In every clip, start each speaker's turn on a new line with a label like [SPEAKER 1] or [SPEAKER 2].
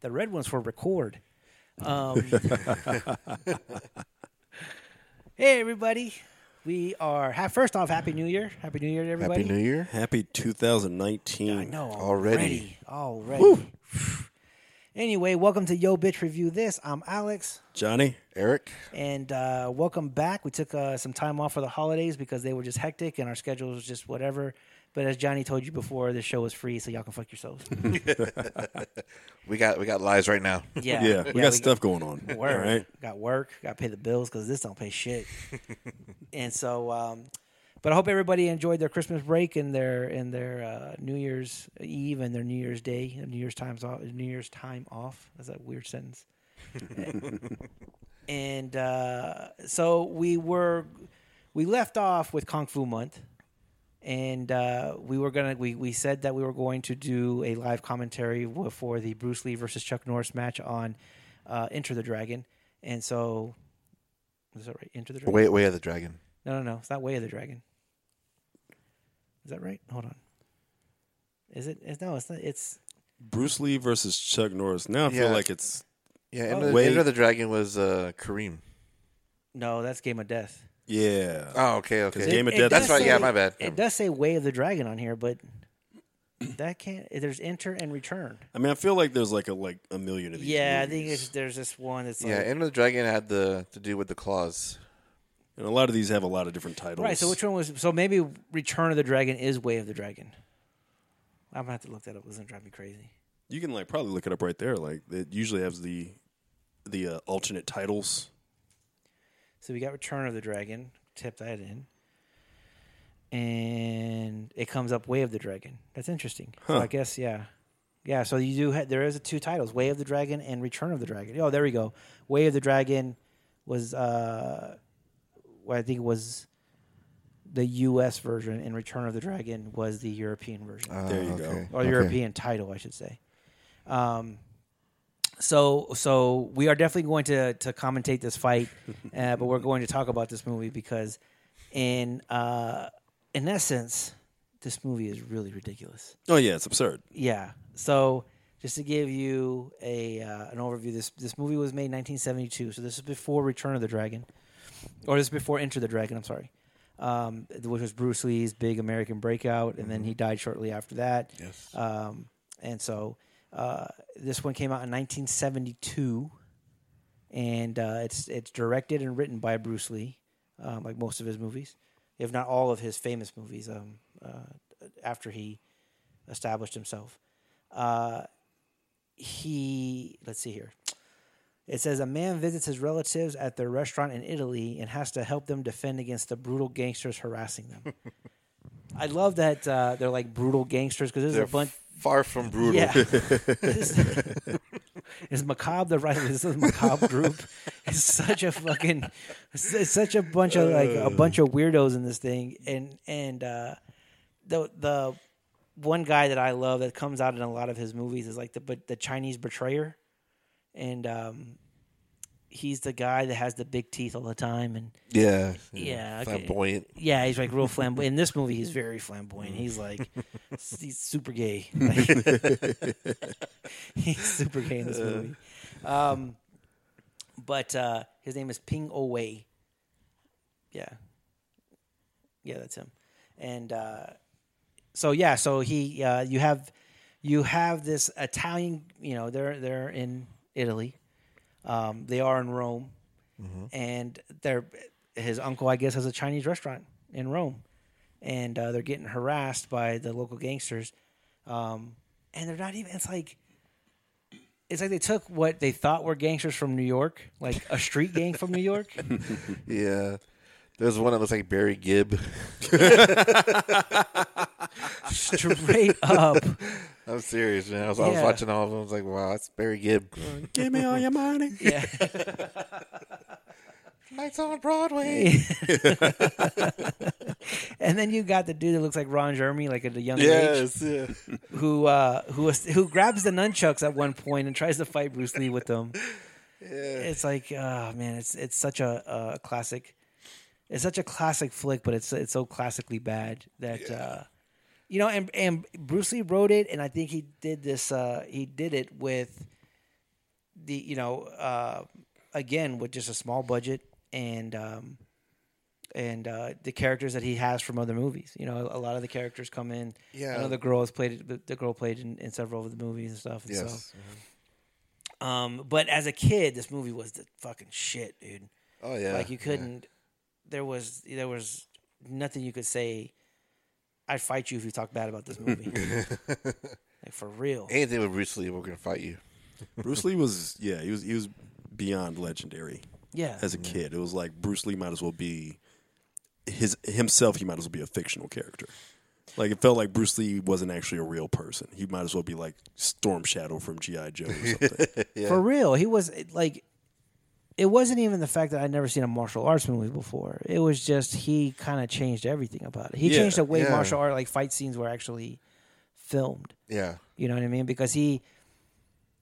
[SPEAKER 1] The red one's for record. Um, hey, everybody. We are, ha- first off, Happy New Year. Happy New Year to everybody.
[SPEAKER 2] Happy New Year.
[SPEAKER 3] Happy 2019.
[SPEAKER 1] I know.
[SPEAKER 2] Already.
[SPEAKER 1] Already. Anyway, welcome to Yo Bitch Review This. I'm Alex,
[SPEAKER 3] Johnny,
[SPEAKER 2] Eric,
[SPEAKER 1] and uh, welcome back. We took uh, some time off for the holidays because they were just hectic and our schedule was just whatever. But as Johnny told you before, this show is free, so y'all can fuck yourselves.
[SPEAKER 2] we got we got lies right now.
[SPEAKER 1] Yeah,
[SPEAKER 3] yeah, we got stuff going on.
[SPEAKER 1] Work,
[SPEAKER 3] All right.
[SPEAKER 1] got work, got to pay the bills because this don't pay shit. and so, um, but I hope everybody enjoyed their Christmas break and their and their uh, New Year's Eve and their New Year's Day, and New Year's times off, New Year's time off. That's a weird sentence. and uh, so we were, we left off with Kung Fu Month. And uh, we were gonna we, we said that we were going to do a live commentary w- for the Bruce Lee versus Chuck Norris match on uh, Enter the Dragon, and so is that right? Enter the Dragon.
[SPEAKER 2] Way way of the dragon.
[SPEAKER 1] No, no, no. It's not Way of the Dragon. Is that right? Hold on. Is it? It's, no, it's not. It's
[SPEAKER 3] Bruce Lee versus Chuck Norris. Now I feel
[SPEAKER 2] Yeah.
[SPEAKER 3] like it's
[SPEAKER 2] Yeah,
[SPEAKER 1] Oh,
[SPEAKER 2] End, of,
[SPEAKER 3] Way-
[SPEAKER 2] End of the Dragon was uh, Kareem.
[SPEAKER 1] no. That's Game of Death.
[SPEAKER 3] yeah.
[SPEAKER 2] Oh, okay, okay.
[SPEAKER 3] Game of Death-
[SPEAKER 1] does
[SPEAKER 3] That's
[SPEAKER 2] right, yeah,
[SPEAKER 1] say-
[SPEAKER 2] my bad.
[SPEAKER 1] It does say Way of the Dragon on here, but that can't. There's Enter and Return.
[SPEAKER 3] I mean, I feel like there's like a like a million of these.
[SPEAKER 1] Yeah, I
[SPEAKER 3] movies.
[SPEAKER 1] think it's, there's this one. that's
[SPEAKER 2] yeah,
[SPEAKER 1] like,
[SPEAKER 2] End of the Dragon had the to do with the claws.
[SPEAKER 3] and a lot of these have a lot of different titles.
[SPEAKER 1] Right. So which one was? So maybe Return of the Dragon is Way of the Dragon. I'm gonna have to look that up. It's gonna drive me crazy.
[SPEAKER 3] you can like probably look it up right there. Like it usually has the the uh, alternate titles.
[SPEAKER 1] So we got Return of the Dragon. Tip that in. And it comes up Way of the Dragon. That's interesting. So I guess yeah, yeah. So you do ha- there is two titles: Way of the Dragon and Return of the Dragon. Oh, there we go. Way of the Dragon was uh, well, I think it was the U.S. version, and Return of the Dragon was the European version
[SPEAKER 2] Ah. Oh,
[SPEAKER 3] There you go.
[SPEAKER 1] or European title, I should say. Um, so so we are definitely going to to commentate this fight, uh, but we're going to talk about this movie because, in uh, in essence, this movie is really ridiculous.
[SPEAKER 3] Oh yeah, it's absurd.
[SPEAKER 1] Yeah. So just to give you a uh, an overview, this this movie was made in 1972, so this is before Return of the Dragon, or this is before Enter the Dragon. I'm sorry, um, which was Bruce Lee's big American breakout, and then he died shortly after that. Yes. Um, and so uh, this one came out in 1972, and uh, it's it's directed and written by Bruce Lee, um, like most of his movies, if not all of his famous movies. Um, uh, after he established himself. Uh, he, let's see here. It says a man visits his relatives at their restaurant in Italy and has to help them defend against the brutal gangsters harassing them. I love that uh, they're like brutal gangsters because there's
[SPEAKER 2] They're
[SPEAKER 1] a bunch.
[SPEAKER 2] far from brutal.
[SPEAKER 1] Yeah. is, is macabre the right? Is this macabre group? It's such a fucking, it's, it's such a bunch of like a bunch of weirdos in this thing, and and uh, the the one guy that I love that comes out in a lot of his movies is like the but the Chinese betrayer, and um, he's the guy that has the big teeth all the time, and
[SPEAKER 2] yeah,
[SPEAKER 1] Yeah, okay.
[SPEAKER 2] Flamboyant.
[SPEAKER 1] yeah, he's like real flamboyant. In this movie, he's very flamboyant. He's like, s- he's super gay. Like- he's super gay in this movie. Um, but uh, his name is Ping Wei. Yeah, yeah, that's him. And uh, so yeah, so he, uh, you have, you have this Italian. You know, they're they're in Italy. Um, they are in Rome and they're his uncle, I guess, has a Chinese restaurant in Rome, and uh, they're getting harassed by the local gangsters, um, and they're not even. It's like it's like they took what they thought were gangsters from New York, like a street gang from New York.
[SPEAKER 2] Yeah. There's one that looks like Barry Gibb.
[SPEAKER 1] straight up.
[SPEAKER 2] I'm serious, man. I was, I was
[SPEAKER 1] Yeah.
[SPEAKER 2] watching all of them. I was like, wow, that's Barry Gibb.
[SPEAKER 3] Give me all your money.
[SPEAKER 1] Yeah.
[SPEAKER 2] Lights on Broadway.
[SPEAKER 1] and then you got the dude that looks like Ron Jeremy, like at a young age.
[SPEAKER 2] Yes, yeah.
[SPEAKER 1] who uh, who who grabs the nunchucks at one point and tries to fight Bruce Lee with them. It's like, oh man, it's it's such a, a classic. It's such a classic flick, but it's it's so classically bad that uh, you know. And and Bruce Lee wrote it, and I think he did this. Uh, he did it with the you know uh, again with just a small budget and um, and uh, the characters that he has from other movies. You know, a lot of the characters come in.
[SPEAKER 2] Yeah.
[SPEAKER 1] I know the girl has played the- the girl played in, in several of the movies and stuff. And
[SPEAKER 2] Yes.
[SPEAKER 1] So, um, but as a kid, this movie was the fucking shit, dude.
[SPEAKER 2] Oh yeah.
[SPEAKER 1] Like you couldn't. There was there was nothing you could say. I'd fight you if you talk bad about this movie. like for real.
[SPEAKER 2] Anything with Bruce Lee, we're gonna fight you.
[SPEAKER 3] Bruce Lee was yeah, he was he was beyond legendary
[SPEAKER 1] yeah.
[SPEAKER 3] as a kid. It was like Bruce Lee might as well be his himself. He might as well be a fictional character. Like it felt like Bruce Lee wasn't actually a real person. He might as well be like Storm Shadow from GI Joe or something.
[SPEAKER 1] For real, he was like, it wasn't even the fact that I'd never seen a martial arts movie before. It was just he kind of changed everything about it. He
[SPEAKER 3] Yeah,
[SPEAKER 1] changed the way
[SPEAKER 2] yeah.
[SPEAKER 1] martial art, like fight scenes, were actually filmed.
[SPEAKER 2] Yeah.
[SPEAKER 1] You know what I mean? Because he,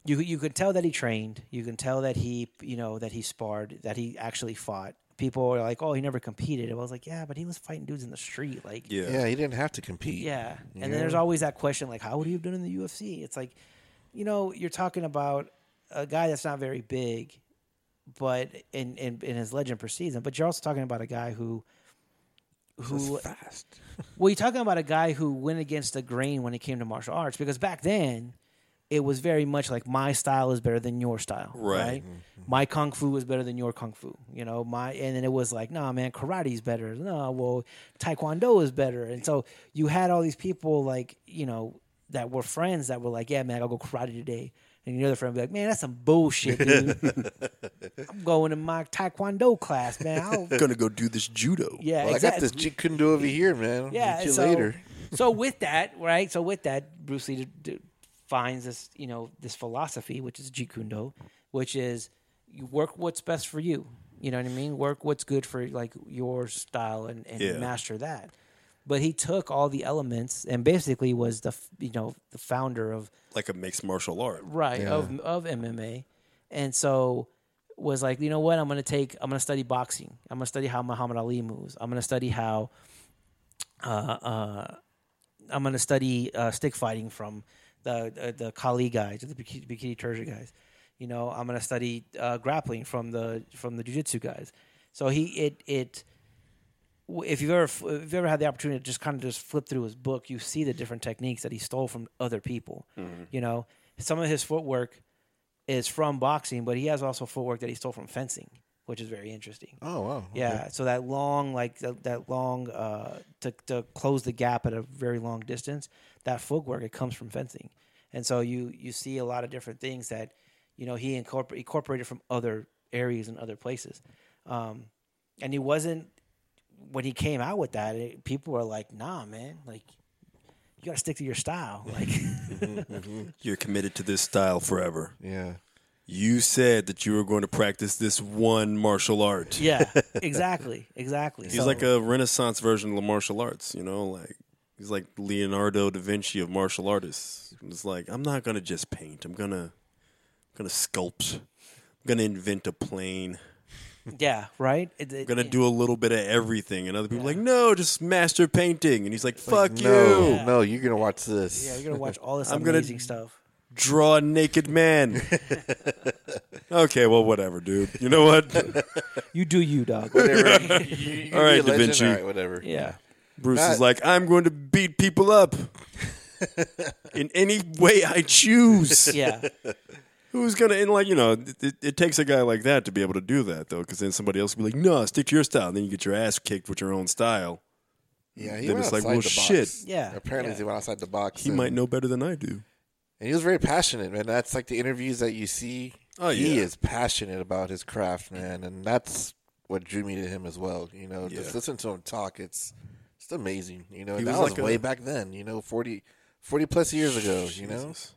[SPEAKER 1] you you could tell that he trained. You can tell that he, you know, that he sparred, that he actually fought. People are like, oh, he never competed. I was like, yeah, but he was fighting dudes in the street, like.
[SPEAKER 2] yeah. he didn't have to compete.
[SPEAKER 1] Yeah. And then there's always that question like, how would he have done in the UFC? It's like, you know, you're talking about a guy that's not very big, but in in, in his legend precedes him. But you're also talking about a guy who who
[SPEAKER 2] Fast.
[SPEAKER 1] well, you're talking about a guy who went against the grain when it came to martial arts because back then it was very much like my style is better than your style,
[SPEAKER 3] Right.
[SPEAKER 1] right? My kung fu is better than your kung fu, you know. My and then it was like, nah, man, karate's better. Nah, well, taekwondo is better. And so you had all these people like you know that were friends that were like, yeah, man, I'll go karate today. And your other friend would be like, man, that's some bullshit, dude. I'm going to my taekwondo class, man. I'll,
[SPEAKER 3] gonna go do this judo.
[SPEAKER 1] yeah,
[SPEAKER 2] Well, I got
[SPEAKER 1] exactly.
[SPEAKER 2] this chick couldn't do over here, man.
[SPEAKER 1] Yeah.
[SPEAKER 2] Meet you
[SPEAKER 1] so,
[SPEAKER 2] later.
[SPEAKER 1] so with that, right? So with that, Bruce Lee d- d- finds this, you know, this philosophy, which is Jeet Kune Do, which is you work what's best for you. You know what I mean? Work what's good for like your style and, and
[SPEAKER 3] Yeah.
[SPEAKER 1] master that. But he took all the elements and basically was the f- you know the founder of
[SPEAKER 3] Like a mixed martial art.
[SPEAKER 1] right of of MMA, and so was like, you know what? I'm gonna take, I'm gonna study boxing. I'm gonna study how Muhammad Ali moves. I'm gonna study how, uh, uh, I'm gonna study uh, stick fighting from the the, the Kali guys, the Bikini, Bikini Turja guys. You know, I'm gonna study uh, grappling from the from the jujitsu guys. So he it it w- if you've ever if you've ever had the opportunity to just kind of just flip through his book, you see the different techniques that he stole from other people. You know, some of his footwork is from boxing, but he has also footwork that he stole from fencing, which is very interesting.
[SPEAKER 2] Oh wow.
[SPEAKER 1] Yeah, so that long, like that, that long uh, to to close the gap at a very long distance. That footwork it comes from fencing, and so you you see a lot of different things that you know he incorpor- incorporated from other areas and other places, um, and he wasn't when he came out with that. It, people were like, "Nah, man, like you got to stick to your style." Like,
[SPEAKER 3] You're committed to this style forever.
[SPEAKER 2] Yeah.
[SPEAKER 3] You said that you were going to practice this one martial art.
[SPEAKER 1] yeah, exactly, exactly.
[SPEAKER 3] He's like a Renaissance version of the martial arts, you know, like he's like Leonardo da Vinci of martial artists. It's like I'm not gonna just paint. I'm gonna I'm gonna sculpt. I'm gonna invent a plane.
[SPEAKER 1] yeah, right. It- it-
[SPEAKER 3] I'm gonna do a little bit of everything. And other people are like, no, just master painting. And he's like, fuck you.
[SPEAKER 2] No,
[SPEAKER 1] Yeah.
[SPEAKER 2] no, you're gonna watch this.
[SPEAKER 1] yeah, you're gonna watch all this
[SPEAKER 3] I'm gonna-
[SPEAKER 1] amazing stuff.
[SPEAKER 3] Draw a naked man. okay, well, whatever, dude. You know what?
[SPEAKER 1] You do you, dog.
[SPEAKER 2] Whatever. You- you can
[SPEAKER 3] All right,
[SPEAKER 2] be a
[SPEAKER 3] Da
[SPEAKER 2] legend.
[SPEAKER 3] Vinci.
[SPEAKER 2] All right, whatever.
[SPEAKER 1] Yeah.
[SPEAKER 3] Bruce is
[SPEAKER 2] Not-
[SPEAKER 3] like, I'm going to beat people up in any way I choose.
[SPEAKER 1] Yeah.
[SPEAKER 3] Who's gonna and like you know it, it, it takes a guy like that to be able to do that though because then somebody else will be like no stick to your style and then you get your ass kicked with your own style
[SPEAKER 2] Yeah, he
[SPEAKER 3] Then
[SPEAKER 2] went
[SPEAKER 3] it's like,
[SPEAKER 2] outside
[SPEAKER 3] well,
[SPEAKER 2] the box.
[SPEAKER 3] shit.
[SPEAKER 1] Yeah,
[SPEAKER 2] Apparently,
[SPEAKER 1] yeah.
[SPEAKER 2] he went outside the box.
[SPEAKER 3] he
[SPEAKER 2] and,
[SPEAKER 3] might know better than I do
[SPEAKER 2] and he was very passionate, man. That's like the interviews that you see.
[SPEAKER 3] Oh,
[SPEAKER 2] he
[SPEAKER 3] yeah.
[SPEAKER 2] is passionate about his craft, man, and that's what drew me to him as well. You know,
[SPEAKER 3] Yeah.
[SPEAKER 2] just listen to him talk. It's it's amazing. You know,
[SPEAKER 3] He
[SPEAKER 2] that
[SPEAKER 3] was
[SPEAKER 2] was
[SPEAKER 3] like a-
[SPEAKER 2] way back then. You know, 40, 40 plus years ago. You know,
[SPEAKER 3] Jesus.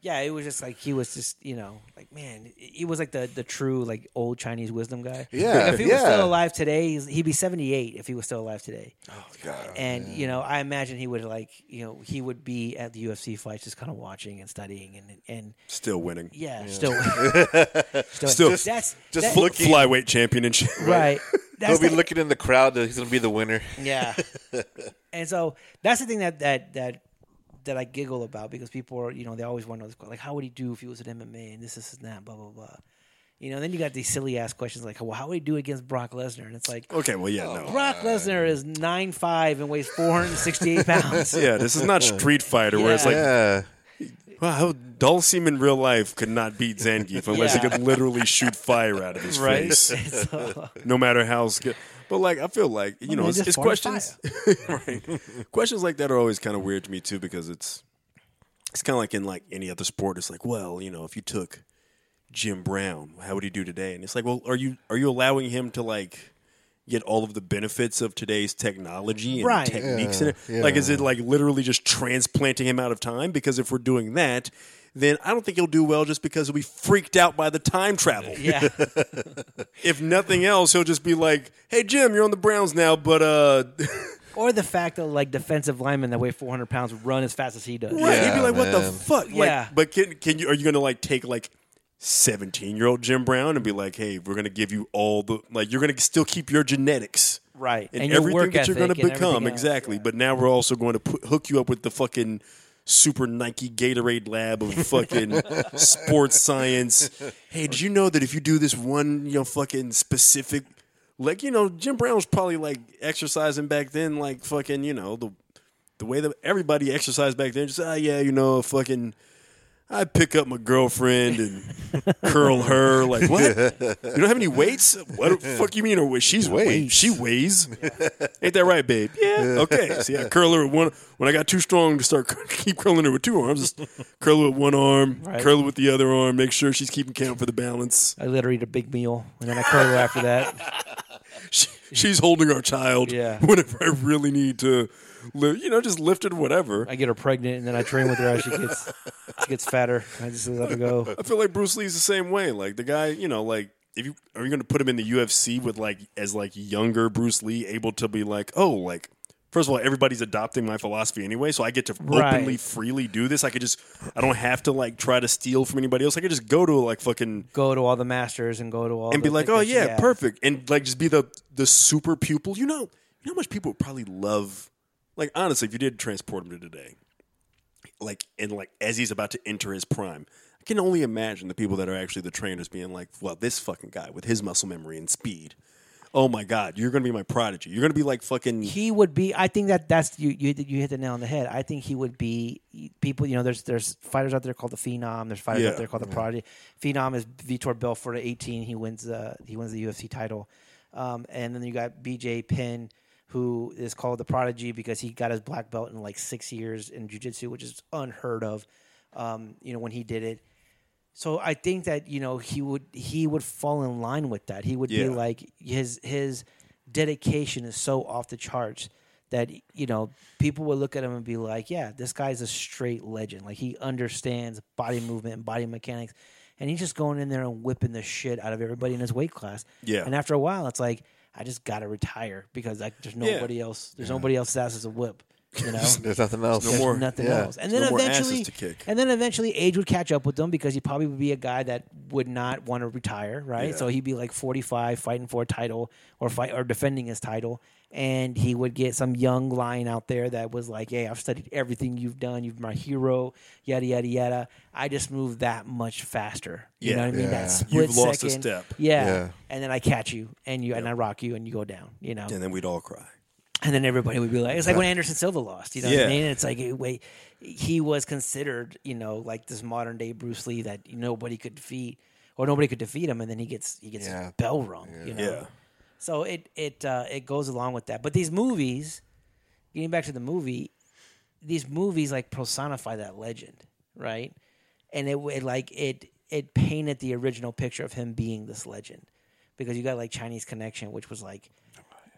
[SPEAKER 1] Yeah, it was just like he was just, you know, like man, he was like the the true like old Chinese wisdom guy.
[SPEAKER 2] Yeah,
[SPEAKER 1] Like, if he was
[SPEAKER 2] yeah.
[SPEAKER 1] still alive today, he's- he'd be 78 if he was still alive today.
[SPEAKER 2] oh god,
[SPEAKER 1] And you know, I imagine he would like, you know, he would be at the UFC fights just kind of watching and studying and and
[SPEAKER 3] still winning
[SPEAKER 1] yeah, still still,
[SPEAKER 3] Still-
[SPEAKER 1] that's
[SPEAKER 2] just
[SPEAKER 1] that-
[SPEAKER 2] look-
[SPEAKER 3] flyweight championship
[SPEAKER 1] right.
[SPEAKER 2] he'll
[SPEAKER 1] That's
[SPEAKER 2] be
[SPEAKER 1] the-
[SPEAKER 2] looking in the crowd. He's gonna be the winner.
[SPEAKER 1] Yeah. and so that's the thing that that that that I giggle about because people are, you know, they always want to know this, like, how would he do if he was an MMA and this, this, and that, blah, blah, blah. You know, then you got these silly ass questions like, well, how would he do against Brock Lesnar? And it's like,
[SPEAKER 3] Okay, well, yeah,
[SPEAKER 2] Oh.
[SPEAKER 3] no.
[SPEAKER 1] Brock Lesnar is nine five and weighs 468 pounds.
[SPEAKER 3] Yeah, this is not Street Fighter where it's like,
[SPEAKER 2] yeah.
[SPEAKER 3] wow, Dulcim in real life could not beat Zangief unless he
[SPEAKER 1] Yeah.
[SPEAKER 3] could literally shoot fire out of his
[SPEAKER 1] Right?
[SPEAKER 3] face,
[SPEAKER 1] So-
[SPEAKER 3] no matter how. Sca- but like, I feel like you
[SPEAKER 1] Well,
[SPEAKER 3] know,
[SPEAKER 1] they
[SPEAKER 3] it's,
[SPEAKER 1] just
[SPEAKER 3] it's
[SPEAKER 1] fought a
[SPEAKER 3] questions. right. Questions like that are always kind of weird to me too because it's it's kind of like in like any other sport. It's like, well, you know, if you took Jim Brown, how would he do today? And it's like, well, are you are you allowing him to like get all of the benefits of today's technology and
[SPEAKER 1] Right.
[SPEAKER 3] techniques in it?
[SPEAKER 2] Yeah,
[SPEAKER 3] Like,
[SPEAKER 2] yeah.
[SPEAKER 3] is it like literally just transplanting him out of time? Because if we're doing that, then I don't think he'll do well just because he'll be freaked out by the time travel.
[SPEAKER 1] yeah.
[SPEAKER 3] If nothing else, he'll just be like, "Hey Jim, you're on the Browns now, but uh,
[SPEAKER 1] Or the fact that like defensive linemen that weigh 400 pounds run as fast as he does.
[SPEAKER 3] Right. He'd be
[SPEAKER 2] Yeah,
[SPEAKER 3] like, "What the
[SPEAKER 2] man.
[SPEAKER 3] fuck?" Like,
[SPEAKER 1] Yeah.
[SPEAKER 3] But can can you are you gonna like take like seventeen year old Jim Brown and be like, "Hey, we're gonna give you all the like you're gonna still keep your genetics."
[SPEAKER 1] Right.
[SPEAKER 3] And,
[SPEAKER 1] And your
[SPEAKER 3] everything
[SPEAKER 1] work
[SPEAKER 3] that you're going
[SPEAKER 1] ethic
[SPEAKER 3] to
[SPEAKER 1] and everything
[SPEAKER 3] become,
[SPEAKER 1] else,
[SPEAKER 3] exactly. But now we're also going to put, hook you up with the fucking super Nike Gatorade lab of fucking sports science. Hey, did you know that if you do this one, you know, fucking specific, like you know, Jim Brown was probably like exercising back then, like fucking, you know, the the way that everybody exercised back then, just ah, yeah, you know, fucking. I pick up my girlfriend and curl her. Like what? You don't have any weights? What the fuck you mean? Or she's weight?
[SPEAKER 2] Weights.
[SPEAKER 3] She weighs. Ain't that right, babe? Yeah. Okay. See, I curl her with one. When I got too strong to start, keep curling her with two arms. Just curl her with one arm,
[SPEAKER 1] Right.
[SPEAKER 3] curl her with the other arm. Make sure she's keeping count for the balance.
[SPEAKER 1] I let her eat a big meal and then I curl her after that.
[SPEAKER 3] She, she's holding our child.
[SPEAKER 1] Yeah.
[SPEAKER 3] Whenever I really need to, li- you know, just lift it, whatever.
[SPEAKER 1] I get her pregnant and then I train with her as she gets she gets fatter. I just let her go.
[SPEAKER 3] I feel like Bruce Lee's the same way. Like the guy, you know, like if you are you going to put him in the UFC with like as like younger Bruce Lee, able to be like, oh, like first of all, everybody's adopting my philosophy anyway, so I get to
[SPEAKER 1] Right.
[SPEAKER 3] openly, freely do this. I could just, I don't have to like try to steal from anybody else. I could just go to like fucking
[SPEAKER 1] Go to all the masters and go to all
[SPEAKER 3] and
[SPEAKER 1] the
[SPEAKER 3] be like,
[SPEAKER 1] things
[SPEAKER 3] oh
[SPEAKER 1] that she
[SPEAKER 3] yeah,
[SPEAKER 1] has.
[SPEAKER 3] perfect, and like just be the the super pupil. You know, you know how much people would probably love. Like honestly, if you did transport him to today, like and like as he's about to enter his prime, I can only imagine the people that are actually the trainers being like, "Well, this fucking guy with his muscle memory and speed, oh my god, you're gonna be my prodigy. You're gonna be like fucking
[SPEAKER 1] He would be. I think that that's you. You, hit the- you hit the nail on the head. I think he would be. People, you know, there's there's fighters out there called the Phenom. There's fighters
[SPEAKER 3] Yeah.
[SPEAKER 1] out there called the Prodigy. Phenom is Vitor Belfort at 18. He wins. Uh, he wins the UFC title. Um, and then you got BJ Penn, who is called the Prodigy because he got his black belt in like six years in jiu-jitsu, which is unheard of. Um, you know, when he did it. So I think that you know he would he would fall in line with that. He would be
[SPEAKER 3] Yeah.
[SPEAKER 1] like his his dedication is so off the charts that you know people would look at him and be like, yeah, this guy's a straight legend. Like he understands body movement and body mechanics, and he's just going in there and whipping the shit out of everybody in his weight class.
[SPEAKER 3] Yeah.
[SPEAKER 1] And after a while, it's like I just gotta retire because like there's nobody else. There's nobody else that has a whip. You know.
[SPEAKER 2] There's nothing else.
[SPEAKER 3] no more.
[SPEAKER 1] Nothing
[SPEAKER 2] Yeah.
[SPEAKER 1] else, and then
[SPEAKER 3] No more asses
[SPEAKER 1] eventually,
[SPEAKER 3] to kick.
[SPEAKER 1] and then eventually, age would catch up with him because he probably would be a guy that would not want to retire, right?
[SPEAKER 3] Yeah.
[SPEAKER 1] So he'd be like forty-five, fighting for a title or fight or defending his title, and he would get some young lion out there that was like, "Hey, I've studied everything you've done. You've been my hero, yada yada yada. I just move that much faster. You
[SPEAKER 3] Yeah.
[SPEAKER 1] know what I mean?
[SPEAKER 2] Yeah.
[SPEAKER 1] That split
[SPEAKER 3] You've lost a
[SPEAKER 1] second.
[SPEAKER 3] step.
[SPEAKER 1] Yeah.
[SPEAKER 2] Yeah.
[SPEAKER 1] and then I catch you, and you and I rock you, and you go down. You know,
[SPEAKER 3] and then we'd all cry.
[SPEAKER 1] and then everybody would be like, it's like when Anderson Silva lost, you know what
[SPEAKER 3] Yeah.
[SPEAKER 1] I mean? And It's like, eh, wait, he was considered, you know, like this modern day Bruce Lee that nobody could defeat or nobody could defeat him. And then he gets, he gets
[SPEAKER 2] Yeah.
[SPEAKER 1] bell rung, you know?
[SPEAKER 3] Yeah.
[SPEAKER 1] So it, it, uh, it goes along with that. But these movies, getting back to the movie, these movies like personify that legend, right? And it, it like it it painted the original picture of him being this legend because you got like Chinese Connection, which was like,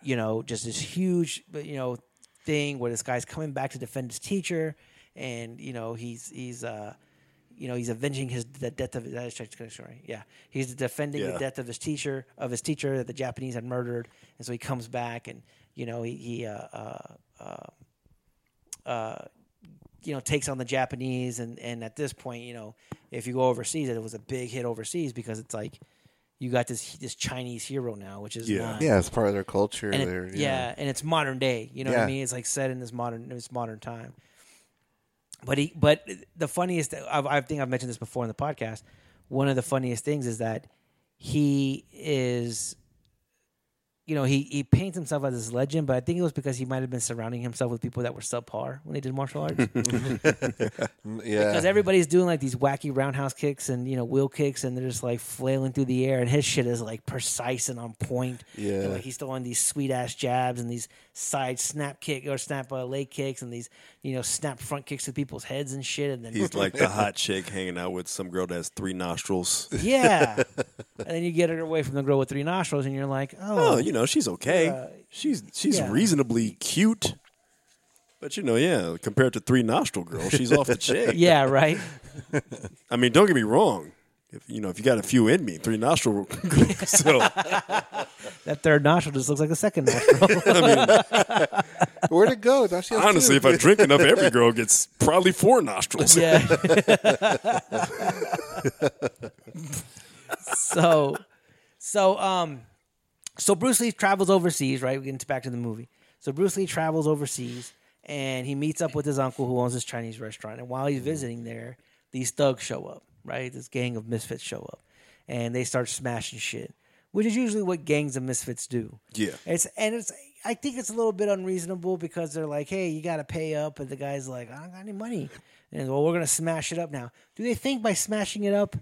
[SPEAKER 1] you know, just this huge but, you know thing where this guy's coming back to defend his teacher, and you know he's he's uh you know he's avenging his the death of that is Chinese Connection, right? Yeah, he's defending
[SPEAKER 3] Yeah.
[SPEAKER 1] the death of his teacher of his teacher that the Japanese had murdered, and so he comes back and you know he he uh, uh, you know takes on the Japanese and and at this point you know if you go overseas it was a big hit overseas because it's like you got this this Chinese hero now which is
[SPEAKER 3] Yeah.
[SPEAKER 1] not
[SPEAKER 2] Yeah, it's part of their culture.
[SPEAKER 1] and it-
[SPEAKER 2] their,
[SPEAKER 1] yeah. and it's modern day you know what I
[SPEAKER 2] Yeah.
[SPEAKER 1] mean it's like set in this modern this modern time But he, but the funniest, I, I think I've mentioned this before in the podcast. One of the funniest things is that he is, you know, he he paints himself as this legend, but I think it was because he might have been surrounding himself with people that were subpar when they did martial arts.
[SPEAKER 2] Mm, Yeah.
[SPEAKER 1] because everybody's doing like these wacky roundhouse kicks and you know wheel kicks and they're just like flailing through the air and his shit is like precise and on point
[SPEAKER 2] Yeah.
[SPEAKER 1] And, like he's throwing these sweet ass jabs and these side snap kick or snap uh, leg kicks and these you know snap front kicks to people's heads and shit and then
[SPEAKER 3] He's like the hot chick hanging out with some girl that has three nostrils.
[SPEAKER 1] yeah and then you get her away from the girl with three nostrils and you're like
[SPEAKER 3] Oh,
[SPEAKER 1] oh,
[SPEAKER 3] you know, she's okay.
[SPEAKER 1] Yeah.
[SPEAKER 3] she's she's
[SPEAKER 1] Yeah.
[SPEAKER 3] reasonably cute. But you know, yeah, compared to three nostril girl, she's off the chain.
[SPEAKER 1] yeah right
[SPEAKER 3] I mean, don't get me wrong. If you know, if you got a few in me, three nostril girl. so
[SPEAKER 1] that third nostril just looks like the second nostril
[SPEAKER 2] Where'd it go? Now she has
[SPEAKER 3] honestly,
[SPEAKER 2] two.
[SPEAKER 3] if I drink enough, every girl gets probably four nostrils.
[SPEAKER 1] yeah so so um so Bruce Lee travels overseas, right? We're getting back to the movie. So Bruce Lee travels overseas and he meets up with his uncle who owns this Chinese restaurant. And while he's visiting there, these thugs show up, right? This gang of misfits show up and they start smashing shit, which is usually what gangs of misfits do.
[SPEAKER 3] Yeah.
[SPEAKER 1] It's and it's I think it's a little bit unreasonable because they're like, "Hey, you got to pay up," and the guy's like, "I don't got any money." And well, we're gonna smash it up now. Do they think by smashing it up,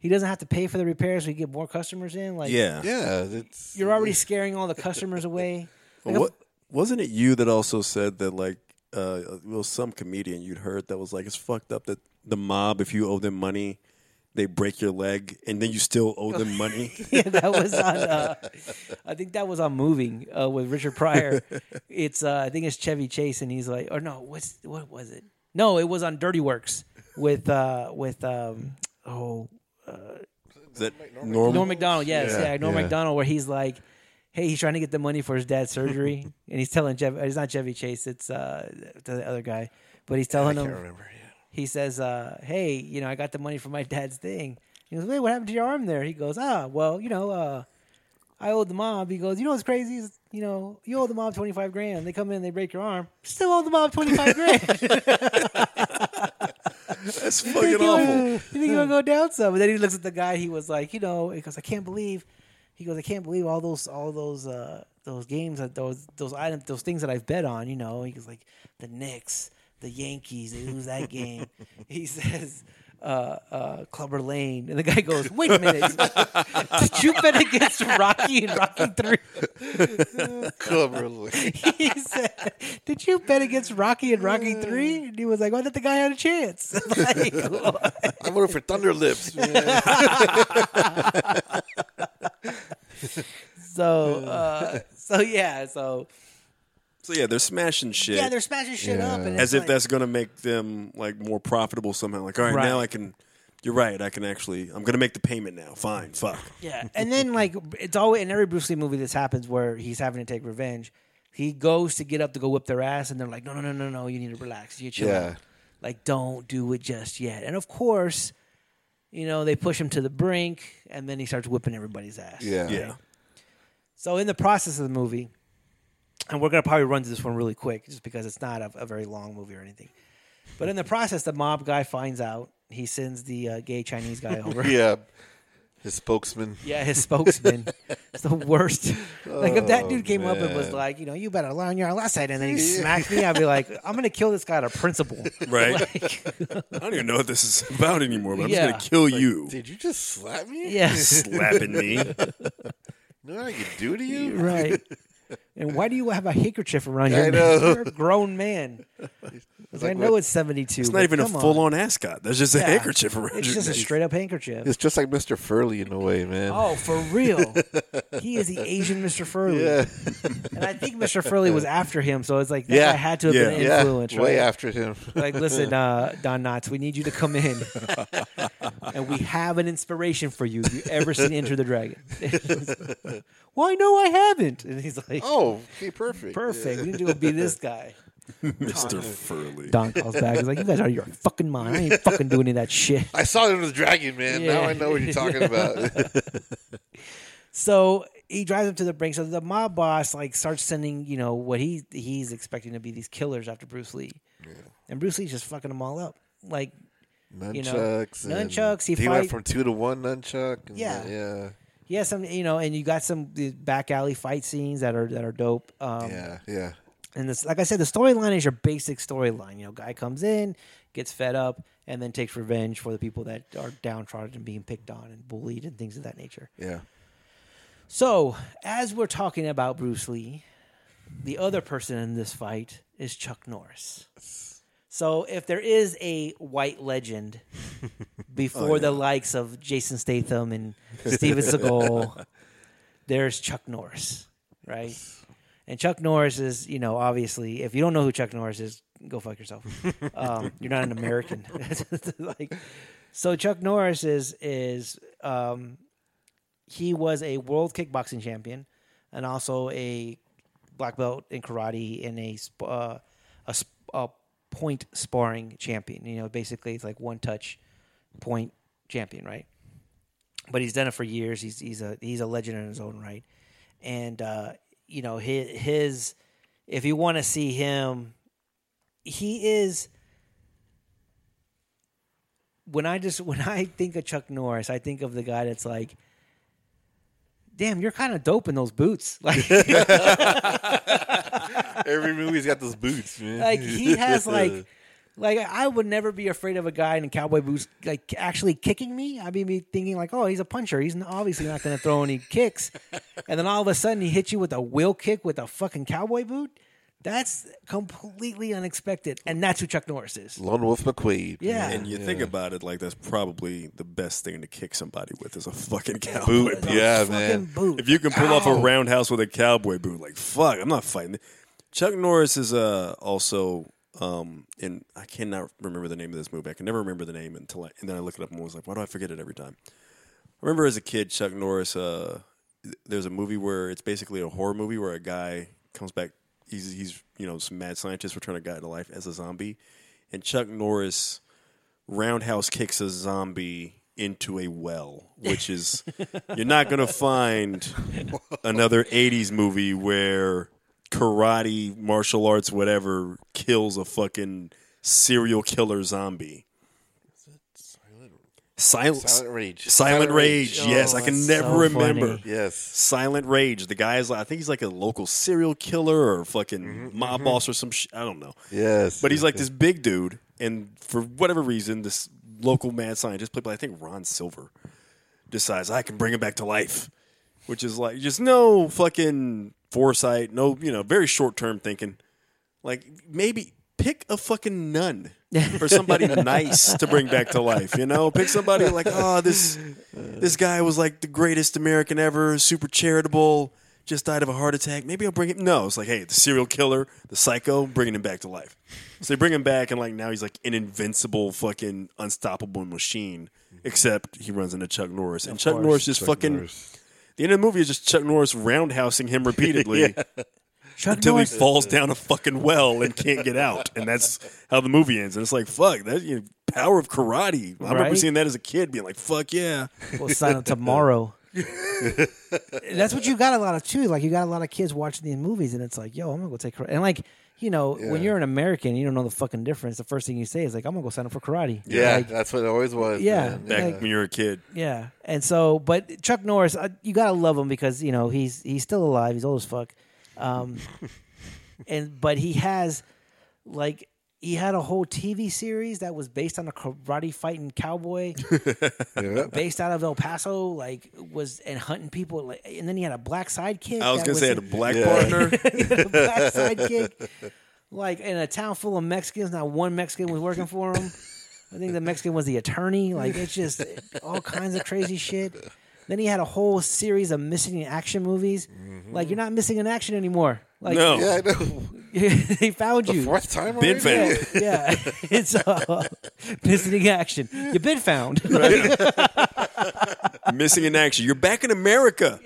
[SPEAKER 1] he doesn't have to pay for the repairs? We get more customers in. Like,
[SPEAKER 3] yeah.
[SPEAKER 2] Yeah, it's
[SPEAKER 1] you're already scaring all the customers away.
[SPEAKER 3] Well, what wasn't it you that also said that like uh well some comedian you'd heard that was like it's fucked up that the mob if you owe them money they break your leg and then you still owe them money
[SPEAKER 1] yeah, that was on. Uh, I think that was on Moving uh, with Richard Pryor. It's uh, I think it's Chevy Chase, and he's like, or no, what's what was it? No, it was on Dirty Works with uh, with um, oh
[SPEAKER 3] is that normal
[SPEAKER 1] Norm Macdonald. Yes, yeah,
[SPEAKER 2] Yeah.
[SPEAKER 1] Norm
[SPEAKER 2] Yeah.
[SPEAKER 1] Macdonald, where he's like, hey, he's trying to get the money for his dad's surgery, and he's telling Jeff, it's not Chevy Chase, it's uh, the other guy, but he's
[SPEAKER 2] I
[SPEAKER 1] telling
[SPEAKER 2] can't
[SPEAKER 1] him,
[SPEAKER 2] remember. Yeah.
[SPEAKER 1] he says, uh, "Hey, you know, I got the money for my dad's thing." He goes, "Wait, what happened to your arm there?" He goes, "Ah, well, you know, uh, I owed the mob." He goes, "You know what's crazy? Is, you know, you owe the mob twenty five grand. They come in, they break your arm. Still owe the mob twenty five grand. you
[SPEAKER 3] that's fucking
[SPEAKER 1] think it would-
[SPEAKER 3] awful
[SPEAKER 1] you think you're gonna go down some?" But then he looks at the guy. He was like, "You know," he goes, "I can't believe." He goes, "I can't believe all those all those uh, those games that those those items those things that I've bet on." You know, he goes like the Knicks. The Yankees, they lose that game. he says, uh, uh, Clubber Lane, and the guy goes, "Wait a minute, did you bet against Rocky and Rocky Three?
[SPEAKER 2] Clover Lane.
[SPEAKER 1] he said, "Did you bet against Rocky and Rocky 3? And he was like, "Why did the guy had a chance?" Like,
[SPEAKER 2] I voted for Thunder Lips. man.
[SPEAKER 1] so, uh, so yeah, so
[SPEAKER 3] so yeah they're smashing shit
[SPEAKER 1] yeah, they're smashing shit up, and
[SPEAKER 3] as
[SPEAKER 1] it's
[SPEAKER 3] if
[SPEAKER 1] like-
[SPEAKER 3] that's gonna make them like more profitable somehow like all right,
[SPEAKER 1] Right.
[SPEAKER 3] now i can you're right i can actually i'm gonna make the payment now fine fuck
[SPEAKER 1] yeah. And then like it's always in every Bruce Lee movie this happens where he's having to take revenge. He goes to get up to go whip their ass, and they're like, "No, no, no, no, no! You need to relax. You chill
[SPEAKER 2] Yeah.
[SPEAKER 1] out. Like, don't do it just yet." And of course, you know they push him to the brink, and then he starts whipping everybody's ass.
[SPEAKER 2] Yeah.
[SPEAKER 3] yeah
[SPEAKER 1] So in the process of the movie, and we're gonna probably run through this one really quick, just because it's not a, a very long movie or anything. But in the process, the mob guy finds out. He sends the uh, gay Chinese guy over.
[SPEAKER 2] Yeah. His spokesman.
[SPEAKER 1] Yeah, his spokesman. it's the worst. Like if that dude came up and was
[SPEAKER 2] man.
[SPEAKER 1] like, you know, you better learn your lesson, and then he smacked me, I'd be like, I'm gonna kill this guy out of principle.
[SPEAKER 3] right
[SPEAKER 1] Like,
[SPEAKER 3] i don't even know what this is about anymore but i'm
[SPEAKER 1] Yeah.
[SPEAKER 3] just gonna kill you
[SPEAKER 2] Did you just slap me?
[SPEAKER 1] yeah,
[SPEAKER 3] slapping me
[SPEAKER 2] You know what I could do to you?
[SPEAKER 1] right. And why do you have a handkerchief around your
[SPEAKER 2] I
[SPEAKER 1] neck?
[SPEAKER 2] know.
[SPEAKER 1] You're a grown man. Like, I
[SPEAKER 2] like,
[SPEAKER 1] know
[SPEAKER 2] what-
[SPEAKER 1] it's 72.
[SPEAKER 3] It's not even a full on ascot. That's just a
[SPEAKER 1] Yeah.
[SPEAKER 3] handkerchief around
[SPEAKER 1] It's
[SPEAKER 3] your
[SPEAKER 1] just a
[SPEAKER 3] neck.
[SPEAKER 1] straight up handkerchief.
[SPEAKER 2] It's just like Mr. Furley in a way, man.
[SPEAKER 1] Oh, for real. he is the Asian Mr. Furley.
[SPEAKER 2] yeah.
[SPEAKER 1] And I think Mr. Furley was after him, so it's like that
[SPEAKER 2] Yeah.
[SPEAKER 1] guy had to have been an
[SPEAKER 2] Yeah.
[SPEAKER 1] influence, right?
[SPEAKER 2] Way after him.
[SPEAKER 1] like, listen, uh, Don Knotts, we need you to come in, and we have an inspiration for you. Have you ever seen Enter the Dragon? Why? No, I haven't. And he's like,
[SPEAKER 2] oh, okay, perfect.
[SPEAKER 1] perfect. We need to go be this guy.
[SPEAKER 3] Mr. Furley.
[SPEAKER 1] Don calls back. He's like, you guys are your fucking mind. I ain't fucking doing any of that shit.
[SPEAKER 2] I saw him with the dragon, man. Now I know what you're talking about.
[SPEAKER 1] So he drives him to the brink. So the mob boss like starts sending, you know, what he he's expecting to be these killers after Bruce Lee. and Bruce Lee's just fucking them all up. Like
[SPEAKER 2] Nunchucks.
[SPEAKER 1] you know,
[SPEAKER 2] and
[SPEAKER 1] nunchucks, he
[SPEAKER 2] He went
[SPEAKER 1] fight-
[SPEAKER 2] from two to one nunchuck. And
[SPEAKER 1] Yeah.
[SPEAKER 2] the- yeah.
[SPEAKER 1] yeah, some you know, and you got some uh, back alley fight scenes that are that are dope. Um,
[SPEAKER 2] yeah. Yeah.
[SPEAKER 1] And this, like I said, the storyline is your basic storyline. You know, guy comes in, gets fed up, and then takes revenge for the people that are downtrodden and being picked on and bullied and things of that nature.
[SPEAKER 2] Yeah.
[SPEAKER 1] So, as we're talking about Bruce Lee, the other person in this fight is Chuck Norris. So, if there is a white legend before the likes of Jason Statham and Steven Seagal, there's Chuck Norris, right? And Chuck Norris is, you know, obviously, if you don't know who Chuck Norris is, go fuck yourself. Um, you're not an American. like, so Chuck Norris is is um, he was a world kickboxing champion and also a black belt in karate and a sp- uh, a, sp- a point sparring champion. You know, basically it's like one touch point champion, right? But he's done it for years. He's he's a he's a legend in his own right, and uh, you know his, his if you want to see him, he is. When I just when I think of Chuck Norris, I think of the guy that's like, "Damn, you're kind of dope in those boots." Like,
[SPEAKER 2] Every movie's got those boots, man.
[SPEAKER 1] like he has like like I would never be afraid of a guy in cowboy boots like actually kicking me. I'd be be thinking like, oh, he's a puncher. He's n- obviously not going to throw any kicks. And then all of a sudden he hits you with a wheel kick with a fucking cowboy boot. That's completely unexpected, and that's who Chuck Norris is.
[SPEAKER 2] Lone Wolf McQueen.
[SPEAKER 1] Yeah.
[SPEAKER 3] And you
[SPEAKER 2] yeah.
[SPEAKER 3] think about it, like that's probably the best thing to kick somebody with is a fucking cowboy
[SPEAKER 2] Boot.
[SPEAKER 3] boot.
[SPEAKER 2] Yeah,
[SPEAKER 1] Fucking
[SPEAKER 2] man.
[SPEAKER 1] boot.
[SPEAKER 3] If you can pull off a roundhouse with a cowboy boot, like fuck, I'm not fighting. it. Chuck Norris is uh, also um, in. I cannot remember the name of this movie. I can never remember the name until I, and then I look it up and I was like, why do I forget it every time? I remember as a kid, Chuck Norris. Uh, th- there's a movie where it's basically a horror movie where a guy comes back. He's he's you know some mad scientist returning a guy to life as a zombie, and Chuck Norris roundhouse kicks a zombie into a well, which is you're not going to find another 80s movie where karate, martial arts, whatever kills a fucking serial killer zombie. Silent,
[SPEAKER 2] Silent Rage.
[SPEAKER 3] Silent, Rage.
[SPEAKER 1] Oh,
[SPEAKER 3] yes, I can
[SPEAKER 1] that's
[SPEAKER 3] never
[SPEAKER 1] so
[SPEAKER 3] remember.
[SPEAKER 1] funny.
[SPEAKER 2] Yes.
[SPEAKER 3] Silent Rage. The guy is, like- I think he's like a local serial killer or fucking mob boss or some shit. I don't know.
[SPEAKER 2] Yes.
[SPEAKER 3] But he's like this big dude, and for whatever reason, this local mad scientist played by I think Ron Silver decides I can bring him back to life, which is like just no fucking foresight, no you know very short term thinking. Like maybe pick a fucking nun for somebody nice to bring back to life, you know? Pick somebody like oh this this guy was like the greatest American ever, super charitable. Just died of a heart attack. Maybe I'll bring him. No, it's like, hey, the serial killer, the psycho, bringing him back to life. So they bring him back, and like now he's like an invincible, fucking unstoppable machine. Except he runs into Chuck Norris, and Mm-hmm. Chuck
[SPEAKER 1] course,
[SPEAKER 3] Norris just fucking. The end of the movie is just Chuck Norris roundhousing him repeatedly
[SPEAKER 1] Chuck
[SPEAKER 3] until he
[SPEAKER 1] Norris.
[SPEAKER 3] falls down a fucking well and can't get out, and that's how the movie ends. And it's like, fuck, that you know, power of karate. I remember
[SPEAKER 1] Right?
[SPEAKER 3] seeing that as a kid, being like, fuck yeah,
[SPEAKER 1] Well, sign up tomorrow. That's what you got a lot of too. Like you got a lot of kids watching these movies, and it's like, yo, I'm gonna go take karate. And like, you know, when you're an American, you don't know the fucking difference. The first thing you say is like, I'm gonna go sign up for karate.
[SPEAKER 2] Yeah,
[SPEAKER 1] Like,
[SPEAKER 2] that's what it always was.
[SPEAKER 1] Yeah.
[SPEAKER 2] man.
[SPEAKER 3] back
[SPEAKER 1] Like-
[SPEAKER 3] when you were a kid.
[SPEAKER 1] yeah. And so, but Chuck Norris, uh, you gotta love him because you know he's he's still alive. He's old as fuck. Um, and but he has like he had a whole TV series that was based on a karate fighting cowboy.
[SPEAKER 2] Yeah.
[SPEAKER 1] based out of El Paso, like was and hunting people. Like, and then he had a black sidekick.
[SPEAKER 3] I was
[SPEAKER 1] that
[SPEAKER 3] gonna say I had a black
[SPEAKER 2] Yeah.
[SPEAKER 3] partner.
[SPEAKER 1] he had a black sidekick, like in a town full of Mexicans. Not one Mexican was working for him. I think the Mexican was the attorney. Like it's just all kinds of crazy shit. Then he had a whole series of missing in action movies. Like you're not missing in action anymore. Like
[SPEAKER 3] Mm-hmm. No.
[SPEAKER 2] Yeah, I know.
[SPEAKER 1] they found you.
[SPEAKER 2] Fourth time already?
[SPEAKER 3] Been found.
[SPEAKER 1] yeah, it's uh, missing in action. You've been found.
[SPEAKER 3] Missing in action. You're back in America.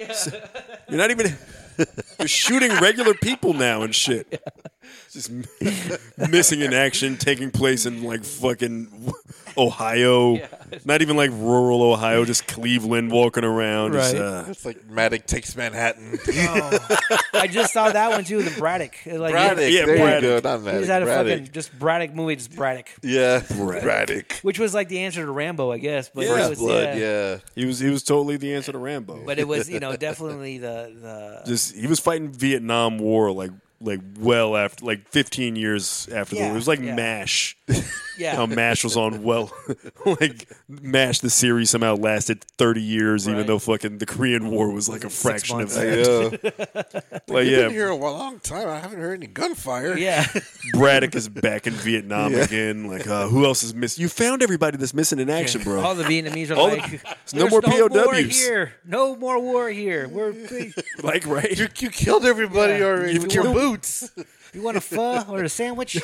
[SPEAKER 3] You're not even. You're shooting regular people now and shit. Just m- missing in action taking place in like fucking Ohio,
[SPEAKER 1] Yeah.
[SPEAKER 3] not even like rural Ohio, just Cleveland walking around. Just,
[SPEAKER 1] Right.
[SPEAKER 3] uh,
[SPEAKER 2] It's like Maddox takes Manhattan.
[SPEAKER 1] I just saw that one too. The Braddock. Like,
[SPEAKER 2] Braddock.
[SPEAKER 3] Yeah,
[SPEAKER 2] there
[SPEAKER 3] Braddock.
[SPEAKER 2] you go. Not
[SPEAKER 1] He
[SPEAKER 2] Maddox.
[SPEAKER 1] just had a
[SPEAKER 2] Braddock.
[SPEAKER 1] fucking just Braddock movie. Just Braddock,
[SPEAKER 2] yeah.
[SPEAKER 3] Braddock.
[SPEAKER 2] Braddock.
[SPEAKER 1] which was like the answer to Rambo, I guess. But
[SPEAKER 3] Yeah.
[SPEAKER 1] it was,
[SPEAKER 2] First blood. Yeah.
[SPEAKER 3] he was he was totally the answer to Rambo.
[SPEAKER 1] But it was you know definitely the the
[SPEAKER 3] just he was fighting Vietnam War like like well after like 15 years after the
[SPEAKER 1] Yeah,
[SPEAKER 3] war. It was like
[SPEAKER 1] yeah.
[SPEAKER 3] Mash.
[SPEAKER 1] yeah
[SPEAKER 3] How Mash was on well like Mash the series somehow lasted 30 years
[SPEAKER 1] Right.
[SPEAKER 3] even though fucking the Korean War was like a fraction of
[SPEAKER 1] months.
[SPEAKER 3] that.
[SPEAKER 2] Yeah.
[SPEAKER 3] Like
[SPEAKER 2] I've
[SPEAKER 3] yeah,
[SPEAKER 2] been here a long time. I haven't heard any gunfire.
[SPEAKER 1] yeah.
[SPEAKER 3] Braddock is back in Vietnam again. Like uh, who else is missing? You found everybody that's missing in action, bro.
[SPEAKER 1] All the Vietnamese are
[SPEAKER 3] All the-
[SPEAKER 1] like,
[SPEAKER 3] There's no more
[SPEAKER 1] "There's war
[SPEAKER 3] POWs."
[SPEAKER 1] here. No more war here. We're big.
[SPEAKER 3] like right?
[SPEAKER 2] You, you killed everybody
[SPEAKER 1] Yeah.
[SPEAKER 2] already.
[SPEAKER 3] You've
[SPEAKER 2] with
[SPEAKER 3] killed-
[SPEAKER 2] your boots.
[SPEAKER 1] You want a pho or a sandwich?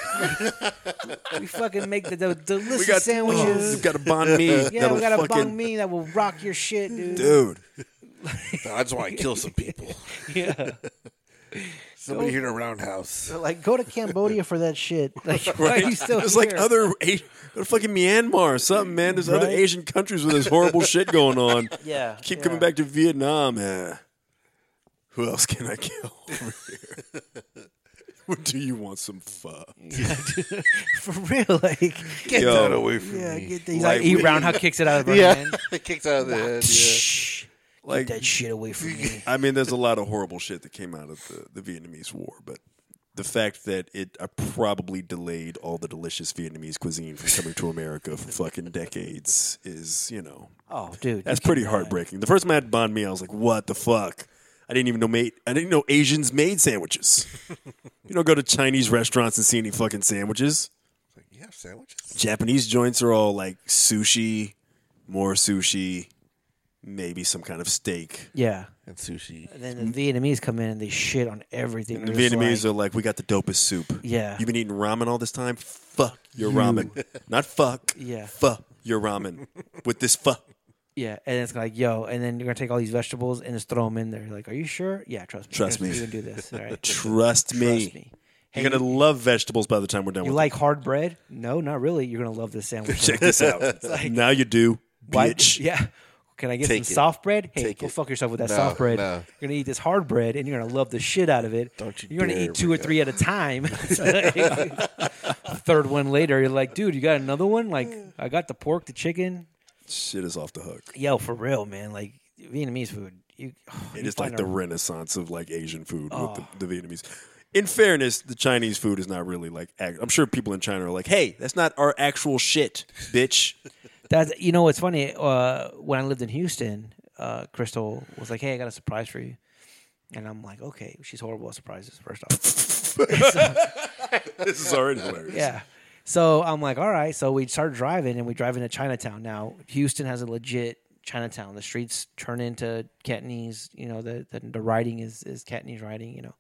[SPEAKER 1] we fucking make the, the delicious
[SPEAKER 3] we got oh,
[SPEAKER 1] sandwiches.
[SPEAKER 3] we got a bon me.
[SPEAKER 1] yeah, we got a bong me that will rock your shit, dude.
[SPEAKER 3] Dude,
[SPEAKER 2] I just want to kill some people.
[SPEAKER 1] Yeah,
[SPEAKER 2] Somebody here in a roundhouse.
[SPEAKER 1] like go to Cambodia for that shit. Like, why are you still
[SPEAKER 3] There's
[SPEAKER 1] here?
[SPEAKER 3] like other A- go to fucking Myanmar or something, man. There's other
[SPEAKER 1] Right?
[SPEAKER 3] Asian countries with this horrible shit going on.
[SPEAKER 1] Yeah,
[SPEAKER 3] Keep
[SPEAKER 1] yeah.
[SPEAKER 3] coming back to Vietnam. eh. Who else can I kill over here? Do you want some pho?
[SPEAKER 1] for real. Like,
[SPEAKER 2] Get
[SPEAKER 3] Yo.
[SPEAKER 2] that away from
[SPEAKER 1] yeah,
[SPEAKER 2] me.
[SPEAKER 1] get these.
[SPEAKER 3] Like,
[SPEAKER 1] Like, E
[SPEAKER 3] we-
[SPEAKER 1] Roundhouse kicks it out of the
[SPEAKER 2] yeah.
[SPEAKER 1] hand.
[SPEAKER 2] it kicked out of the head. Yeah.
[SPEAKER 1] Shh,
[SPEAKER 3] Like,
[SPEAKER 1] that shit away from me.
[SPEAKER 3] I mean, there's a lot of horrible shit that came out of the, the Vietnamese War, but the fact that it uh, probably delayed all the delicious Vietnamese cuisine from coming to America for fucking decades is, you know,
[SPEAKER 1] Oh, dude,
[SPEAKER 3] that's pretty heartbreaking. The first time I had banh mi, I was like, "What the fuck." I didn't even know made. I didn't know Asians made sandwiches. you don't go to Chinese restaurants and see any fucking sandwiches.
[SPEAKER 2] Like, you have sandwiches?
[SPEAKER 3] Japanese joints are all like sushi, more sushi, maybe some kind of steak.
[SPEAKER 1] yeah.
[SPEAKER 2] And sushi.
[SPEAKER 1] And then the Vietnamese come in and they shit on everything.
[SPEAKER 3] Mm. The
[SPEAKER 1] They're just
[SPEAKER 3] Vietnamese
[SPEAKER 1] like,
[SPEAKER 3] are like, we got the dopest soup.
[SPEAKER 1] Yeah.
[SPEAKER 3] You've been eating ramen all this time? Fuck your ramen. Not fuck.
[SPEAKER 1] Yeah.
[SPEAKER 3] Fuck your ramen. With this fuck.
[SPEAKER 1] yeah, and it's like, yo, and then you're gonna take all these vegetables and just throw them in there. You're like, are you sure? Yeah, trust me.
[SPEAKER 3] Trust me.
[SPEAKER 1] You can do this. All right.
[SPEAKER 3] Trust me.
[SPEAKER 1] Trust me. Hey,
[SPEAKER 3] You're going to love vegetables by the time we're done
[SPEAKER 1] You
[SPEAKER 3] with
[SPEAKER 1] like hard bread? No, not really. You're gonna love this sandwich.
[SPEAKER 3] it. Check this out. now you do,
[SPEAKER 1] Why-
[SPEAKER 3] bitch.
[SPEAKER 1] Yeah. Can I get
[SPEAKER 2] Take
[SPEAKER 1] some
[SPEAKER 2] it.
[SPEAKER 1] soft bread? Hey,
[SPEAKER 2] Take
[SPEAKER 1] go
[SPEAKER 2] it.
[SPEAKER 1] fuck yourself with that
[SPEAKER 2] No,
[SPEAKER 1] soft bread.
[SPEAKER 2] no.
[SPEAKER 1] You're gonna eat this hard bread, and you're gonna love the shit out of it.
[SPEAKER 2] Don't you
[SPEAKER 1] You're gonna
[SPEAKER 2] dare
[SPEAKER 1] eat two or
[SPEAKER 2] bring
[SPEAKER 1] three at a time. It's like- Third one later, you're like, dude, you got another one? Like, I got the pork, the chicken.
[SPEAKER 3] Shit is off the hook.
[SPEAKER 1] Yo, for real, man. Like Vietnamese food. You, oh,
[SPEAKER 3] It
[SPEAKER 1] you
[SPEAKER 3] is like
[SPEAKER 1] find
[SPEAKER 3] the renaissance of like Asian food
[SPEAKER 1] Oh.
[SPEAKER 3] with the, the Vietnamese. In fairness, the Chinese food is not really like. ac- I'm sure people in China are like, "Hey, that's not our actual shit, bitch."
[SPEAKER 1] That's you know it's funny. Uh, when I lived in Houston, uh, Crystal was like, "Hey, I got a surprise for you," and I'm like, "Okay." She's horrible at surprises. First off,
[SPEAKER 3] this is already hilarious.
[SPEAKER 1] yeah. So I'm like, "All right." So we start driving, and we drive into Chinatown. Now Houston has a legit Chinatown. The streets turn into Cantonese. You know, the the, the writing is is Cantonese writing. You know,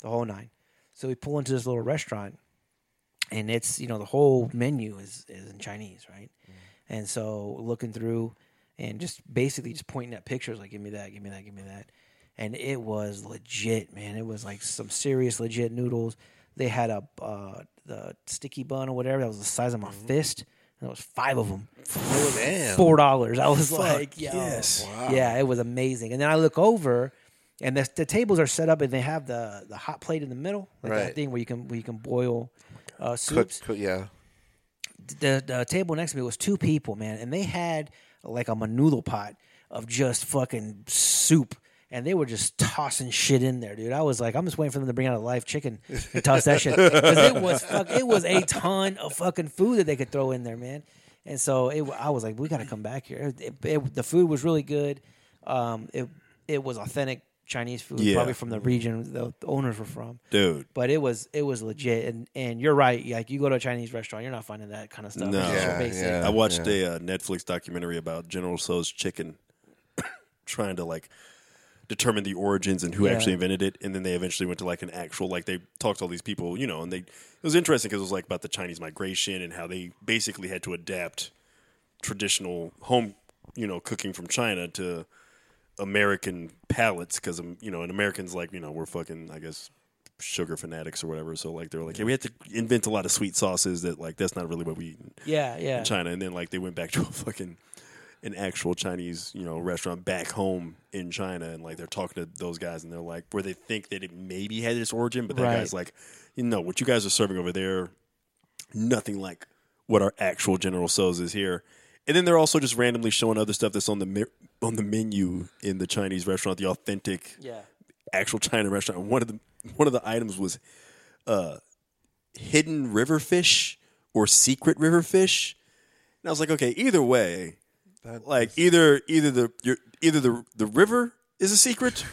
[SPEAKER 1] the whole nine. So we pull into this little restaurant, and it's you know the whole menu is is in Chinese, right? And so looking through and just basically just pointing at pictures like give me that, give me that, give me that. And it was legit, man. It was like some serious legit noodles. They had a uh, the sticky bun or whatever that was the size of my fist. And there was five of them.
[SPEAKER 2] Damn.
[SPEAKER 1] Four dollars. I was like, yo.
[SPEAKER 3] yes.
[SPEAKER 1] yeah, it was amazing. And then I look over, and the, the tables are set up, and they have the the hot plate in the middle, like that
[SPEAKER 2] Right.
[SPEAKER 1] thing where you can where you can boil uh,
[SPEAKER 2] Cook,
[SPEAKER 1] soups
[SPEAKER 2] cook, yeah.
[SPEAKER 1] the, the table next to me was two people, man, and they had like a manoodle pot of just fucking soup. And they were just tossing shit in there, dude. I was like, I'm just waiting for them to bring out a live chicken and toss that shit because it was fuck, it was a ton of fucking food that they could throw in there, man. And so it, I was like, we got to come back here. It, it- the food was really good. Um, it it was authentic Chinese food,
[SPEAKER 3] Yeah.
[SPEAKER 1] probably from the region the owners were from
[SPEAKER 3] dude.
[SPEAKER 1] but it was it was legit and and you're right like you go to a chinese restaurant you're not finding that kind of stuff
[SPEAKER 3] No.
[SPEAKER 1] It's just
[SPEAKER 2] Yeah,
[SPEAKER 1] basic.
[SPEAKER 2] yeah.
[SPEAKER 3] I watched a uh, Netflix documentary about General So's chicken, trying to like determine the origins and who
[SPEAKER 1] Yeah.
[SPEAKER 3] actually invented it, and then they eventually went to like an actual like they talked to all these people, you know, and they it was interesting because it was like about the Chinese migration and how they basically had to adapt traditional home, you know, cooking from China to um, American palates because you know, and Americans like you know we're fucking I guess sugar fanatics or whatever. So like they were like, yeah, we had to invent a lot of sweet sauces that like that's not really what we eat in
[SPEAKER 1] Yeah, yeah.
[SPEAKER 3] China. And then like they went back to a fucking an actual Chinese you know restaurant back home in China, and like they're talking to those guys, and they're like, where they think that it maybe had its origin, but that
[SPEAKER 1] Right.
[SPEAKER 3] guy's like, you know, what you guys are serving over there, nothing like what our actual General So's is here. And then they're also just randomly showing other stuff that's on the me- on the menu in the Chinese restaurant, the authentic
[SPEAKER 1] Yeah.
[SPEAKER 3] actual China restaurant. One of the one of the items was uh, hidden river fish or secret river fish, and I was like, okay, either way,
[SPEAKER 2] That
[SPEAKER 3] like either either the your, either the the river is a secret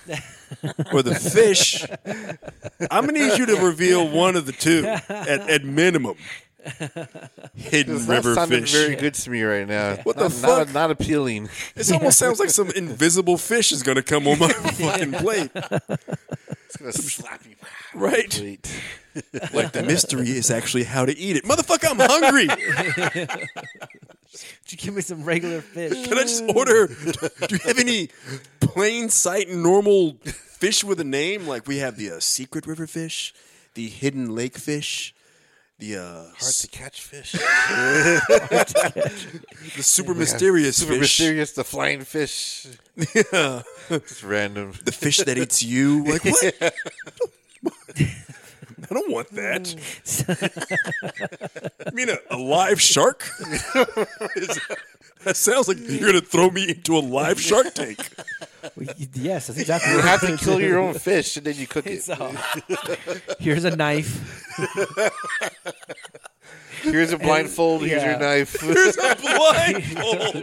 [SPEAKER 3] or the fish. I'm gonna need you to reveal one of the two at, at minimum. Hidden
[SPEAKER 2] It's not
[SPEAKER 3] river
[SPEAKER 2] sounding
[SPEAKER 3] fish.
[SPEAKER 2] very good to me right now. What
[SPEAKER 3] the
[SPEAKER 2] not, Not,
[SPEAKER 3] fuck?
[SPEAKER 2] not appealing.
[SPEAKER 3] It almost sounds like some invisible fish is gonna come on my fucking plate,
[SPEAKER 2] It's gonna slap you.
[SPEAKER 3] right?
[SPEAKER 2] Wait.
[SPEAKER 3] Like the mystery is actually how to eat it. Motherfucker, I'm hungry.
[SPEAKER 1] Just give me some regular fish.
[SPEAKER 3] Can I just order? Do you have any plain sight normal fish with a name? Like we have the uh, secret river fish, the hidden lake fish, the uh,
[SPEAKER 2] Hard to catch fish.
[SPEAKER 3] the super mysterious
[SPEAKER 2] Super
[SPEAKER 3] fish,
[SPEAKER 2] mysterious. The flying fish. It's random.
[SPEAKER 3] the fish that eats you. Like what? I don't want that. I mean, a, a live shark? Is- that sounds like you're going to throw me into a live shark tank.
[SPEAKER 1] Well, y- yes, that's exactly
[SPEAKER 2] You
[SPEAKER 1] what
[SPEAKER 2] have to kill your own fish and then you cook it.
[SPEAKER 1] it's all. Here's a knife.
[SPEAKER 2] Here's a blindfold. Here's
[SPEAKER 1] yeah.
[SPEAKER 2] your knife.
[SPEAKER 3] There's a blindfold.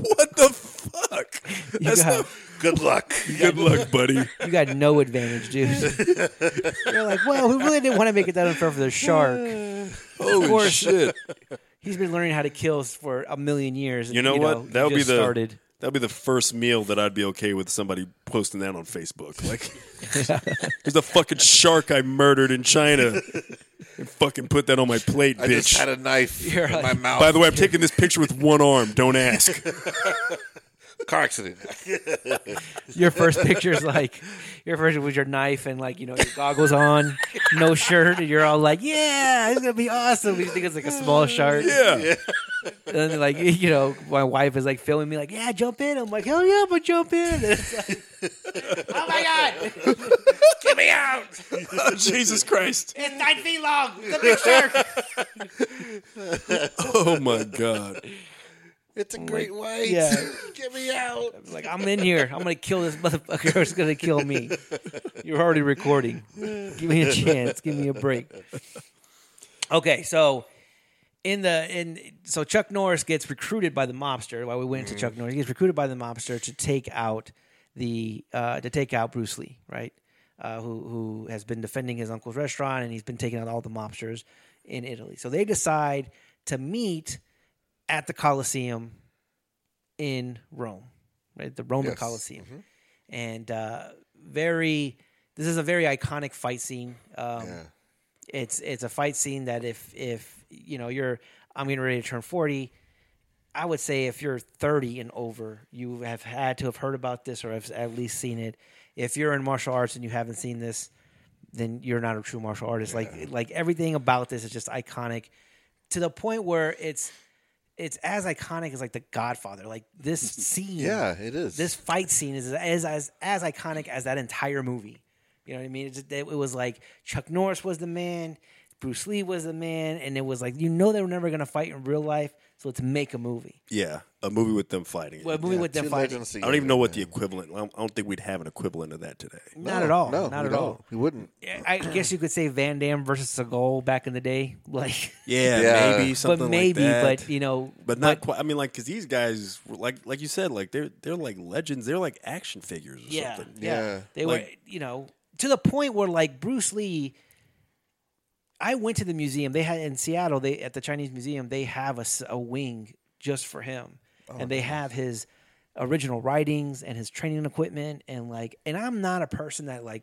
[SPEAKER 3] what the fuck?
[SPEAKER 1] You
[SPEAKER 3] That's
[SPEAKER 1] got,
[SPEAKER 2] Good luck.
[SPEAKER 3] no- good luck, buddy.
[SPEAKER 1] you got no advantage, dude. You're like, well, we really didn't want to make it that unfair for the shark.
[SPEAKER 3] Holy
[SPEAKER 1] course.
[SPEAKER 3] shit!
[SPEAKER 1] He's been learning how to kill for a million years. and,
[SPEAKER 3] You know what?
[SPEAKER 1] he
[SPEAKER 3] that would be
[SPEAKER 1] just
[SPEAKER 3] the
[SPEAKER 1] started.
[SPEAKER 3] that'd be the first meal that I'd be okay with somebody posting that on Facebook. Like, there's a fucking shark I murdered in China. And fucking put that on my plate,
[SPEAKER 2] I
[SPEAKER 3] bitch.
[SPEAKER 2] just had a knife
[SPEAKER 1] You're
[SPEAKER 2] in
[SPEAKER 1] like-
[SPEAKER 2] my mouth.
[SPEAKER 3] By the way, I'm taking this picture with one arm. Don't ask.
[SPEAKER 2] car accident.
[SPEAKER 1] Your first picture is like your first was your knife and like you know your goggles on, no shirt, and you're all like, yeah, it's gonna be awesome. We think it's like a small shark.
[SPEAKER 3] Yeah.
[SPEAKER 1] And then, like you know, my wife is like filming me, like, "Yeah, jump in." I'm like, "Hell yeah, but jump in!" And it's like, "Oh my god,
[SPEAKER 2] Get me out!
[SPEAKER 3] Oh, Jesus Christ.
[SPEAKER 1] it's nine feet long. It's a big shark.
[SPEAKER 3] Oh my God.
[SPEAKER 2] It's a great white.
[SPEAKER 1] yeah.
[SPEAKER 2] Get me out!
[SPEAKER 1] I'm like I'm in here. I'm gonna kill this motherfucker. It's gonna kill me. You're already recording. Give me a chance. Give me a break. Okay, so in the in so Chuck Norris gets recruited by the mobster. While we went to Chuck Norris, he gets recruited by the mobster to take out the uh, to take out Bruce Lee, right? Uh, who who has been defending his uncle's restaurant and he's been taking out all the mobsters in Italy. So they decide to meet at the Colosseum in Rome, right? The Roman
[SPEAKER 2] Yes. Mm-hmm.
[SPEAKER 1] Colosseum, and uh, very. This is a very iconic fight scene. Um,
[SPEAKER 2] Yeah.
[SPEAKER 1] it's it's a fight scene that if if you know you're I'm getting ready to turn 40, I would say if you're 30 and over, you have had to have heard about this or have at least seen it. If you're in martial arts and you haven't seen this, then you're not a true martial artist. Like like everything about this is just iconic to the point where it's it's as iconic as like the Godfather. Like this scene
[SPEAKER 2] Yeah, it is.
[SPEAKER 1] this fight scene is as as as iconic as that entire movie. You know what I mean? It's just- It, was like Chuck Norris was the man, Bruce Lee was the man, and it was like you know they were never gonna fight in real life, so let's make a movie.
[SPEAKER 3] Yeah. A movie with them fighting. it.
[SPEAKER 1] Well, a movie with them
[SPEAKER 2] Two
[SPEAKER 1] fighting.
[SPEAKER 2] legends
[SPEAKER 3] I don't even know
[SPEAKER 2] together.
[SPEAKER 3] what the equivalent. I don't- I don't think we'd have an equivalent of that today.
[SPEAKER 1] Not at all.
[SPEAKER 2] No,
[SPEAKER 1] not
[SPEAKER 2] we
[SPEAKER 1] at
[SPEAKER 2] don't.
[SPEAKER 1] all.
[SPEAKER 2] We wouldn't.
[SPEAKER 1] I guess you could say Van Damme versus Seagal back in the day, like,
[SPEAKER 3] Yeah,
[SPEAKER 2] Yeah.
[SPEAKER 3] maybe something
[SPEAKER 1] but maybe,
[SPEAKER 3] like that.
[SPEAKER 1] but you know,
[SPEAKER 3] but not quite. I mean, like because these guys, were like like you said, like they're they're like legends. They're like action figures or
[SPEAKER 1] yeah,
[SPEAKER 3] something.
[SPEAKER 1] yeah,
[SPEAKER 2] Yeah.
[SPEAKER 1] They were,
[SPEAKER 3] Like-
[SPEAKER 1] you know, to the point where like Bruce Lee. I went to the museum. They had in Seattle. They at the Chinese Museum. They have a, s- a wing just for him,
[SPEAKER 3] Oh,
[SPEAKER 1] and they have his original writings and his training equipment and like. And I'm not a person that like.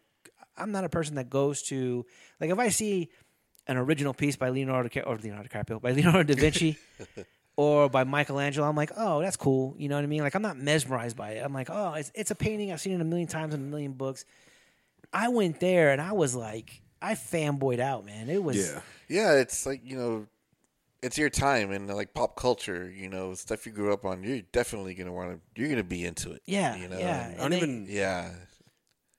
[SPEAKER 1] I'm not a person that goes to like if I see an original piece by Leonardo Ca- or Leonardo DiCaprio by Leonardo da Vinci or by Michelangelo, I'm like, oh, that's cool. You know what I mean? Like, I'm not mesmerized by it. I'm like, oh, it's, it's a painting I've seen it a million times in a million books. I went there and I was like, I fanboyed out, man. It was
[SPEAKER 3] Yeah.
[SPEAKER 2] Yeah, it's like you know, it's your time and like pop culture. You know, stuff you grew up on. You're definitely gonna want to. You're gonna be into it.
[SPEAKER 1] Yeah,
[SPEAKER 2] you know.
[SPEAKER 1] yeah.
[SPEAKER 3] I
[SPEAKER 2] and-
[SPEAKER 3] don't
[SPEAKER 1] they-
[SPEAKER 3] even.
[SPEAKER 2] yeah.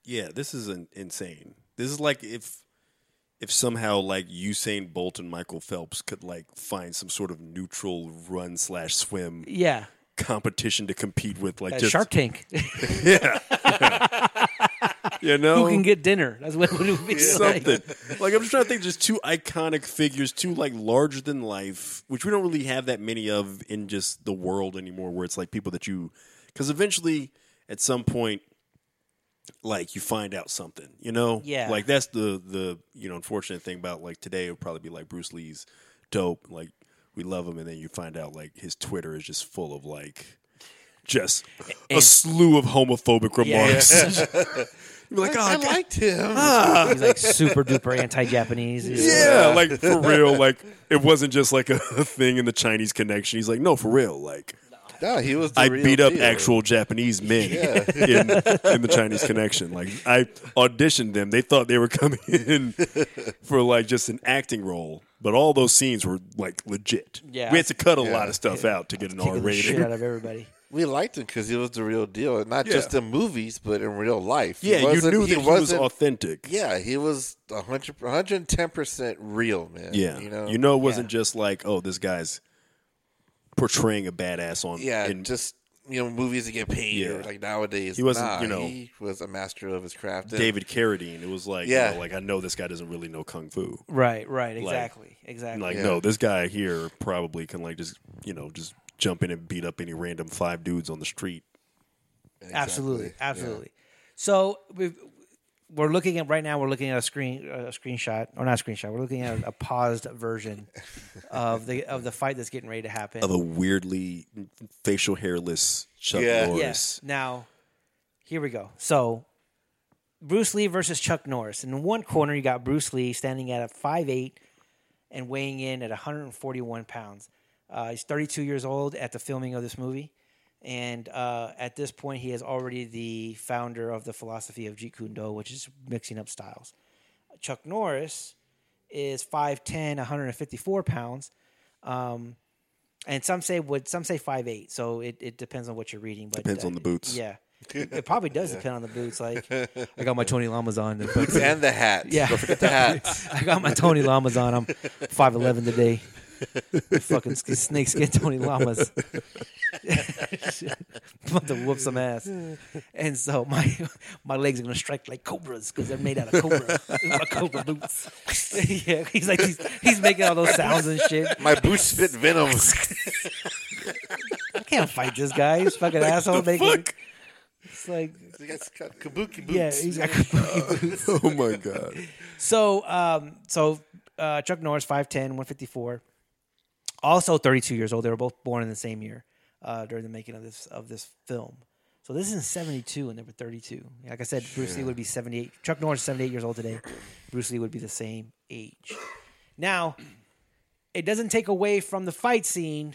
[SPEAKER 3] Yeah, this is an, insane. This is like if if somehow like Usain Bolt and Michael Phelps could like find some sort of neutral run slash swim
[SPEAKER 1] yeah.
[SPEAKER 3] competition to compete with, like
[SPEAKER 1] Uh,
[SPEAKER 3] just
[SPEAKER 1] Shark Tank.
[SPEAKER 3] you know
[SPEAKER 1] Who can get dinner? That's what it would be like.
[SPEAKER 3] Oh. something. like I'm just trying to think, just two iconic figures, two like larger than life, which we don't really have that many of in just the world anymore. Where it's like people that you, because eventually at some point, like you find out something, you know,
[SPEAKER 1] Yeah.
[SPEAKER 3] Like that's the the you know unfortunate thing about like today it would probably be like Bruce Lee's dope, like we love him, and then you find out like his Twitter is just full of like. Just a slew of homophobic remarks. You're like, oh, Ah."
[SPEAKER 2] I
[SPEAKER 3] God,
[SPEAKER 2] liked him.
[SPEAKER 1] He's like super duper anti Japanese.
[SPEAKER 3] Yeah, like for real. Like it wasn't just like a thing in the Chinese connection. He's like, no, for real. Like
[SPEAKER 2] No, he was. The
[SPEAKER 3] I
[SPEAKER 2] real
[SPEAKER 3] beat up
[SPEAKER 2] deal.
[SPEAKER 3] actual Japanese men in, in the Chinese connection. Like I auditioned them. They thought they were coming in for like just an acting role, but all those scenes were like legit.
[SPEAKER 1] Yeah.
[SPEAKER 3] we had to cut a lot of stuff out to get an R
[SPEAKER 1] Kicking the shit
[SPEAKER 3] rating.
[SPEAKER 1] out of everybody.
[SPEAKER 2] We liked him because he was the real deal, and not
[SPEAKER 3] Yeah.
[SPEAKER 2] just in movies, but in real life. He
[SPEAKER 3] Yeah, you
[SPEAKER 2] wasn't-
[SPEAKER 3] knew that he was
[SPEAKER 2] wasn't-
[SPEAKER 3] authentic.
[SPEAKER 2] Yeah, he was 100 110 percent real, man.
[SPEAKER 3] Yeah,
[SPEAKER 2] you know,
[SPEAKER 3] it wasn't just like, oh, this guy's portraying a badass on.
[SPEAKER 2] yeah,
[SPEAKER 3] in-
[SPEAKER 2] just you know, movies that get paid or
[SPEAKER 3] Yeah.
[SPEAKER 2] like nowadays.
[SPEAKER 3] He wasn't,
[SPEAKER 2] nah,
[SPEAKER 3] you know-
[SPEAKER 2] he was a master of his craft. And-
[SPEAKER 3] David Carradine. It was like,
[SPEAKER 2] Yeah.
[SPEAKER 3] you know, like I know this guy doesn't really know kung fu.
[SPEAKER 1] Right, right, exactly, exactly.
[SPEAKER 3] And like,
[SPEAKER 2] Yeah.
[SPEAKER 3] no, this guy here probably can like just you know just jump in and beat up any random five dudes on the street.
[SPEAKER 2] Exactly.
[SPEAKER 1] absolutely, absolutely. So we've, we're looking at right now. We're looking at a screen, a screenshot, or not a screenshot. We're looking at a paused version of the of the fight that's getting ready to happen.
[SPEAKER 3] Of a weirdly facial hairless Chuck
[SPEAKER 2] Yeah.
[SPEAKER 3] Norris.
[SPEAKER 1] Yes. Now, here we go. So, Bruce Lee versus Chuck Norris. In one corner, you got Bruce Lee standing at a 5'8 and weighing in at 141 pounds. Uh, he's 32 years old at the filming of this movie. And uh, at this point, he is already the founder of the philosophy of Jeet Kune Do, which is mixing up styles. Chuck Norris is 5'10, 154 pounds. Um, and some say what some say five eight, so it, it depends on what you're reading. But uh,
[SPEAKER 3] Depends on the boots.
[SPEAKER 1] Yeah, it, it probably does depend on the boots. Like I got my Tony Lamas on. I
[SPEAKER 2] And the hat.
[SPEAKER 1] Yeah.
[SPEAKER 2] Don't forget the hat.
[SPEAKER 1] got my Tony Lamas on. I'm five eleven today. Fucking sk- snakeskin Tony Lamas. about to whoop some ass. And so my my legs are gonna strike like cobras because they're made out of cobra. my cobra boots. yeah, he's like he's, he's making all those sounds and shit.
[SPEAKER 2] My boots spit venom.
[SPEAKER 1] I can't fight this guy. He's fucking asshole. making, It's like
[SPEAKER 2] He got kabuki boots.
[SPEAKER 1] yeah, he's got kabuki boots.
[SPEAKER 3] oh my god.
[SPEAKER 1] So, um, so uh, Chuck Norris, 5'10", 154, also 32 years old. They were both born in the same year uh, during the making of this of this film. So this is in 72, and they were 32. Like I said, Bruce Lee would be 78. Chuck Norris, is 78 years old today. Bruce Lee would be the same age. Now, it doesn't take away from the fight scene,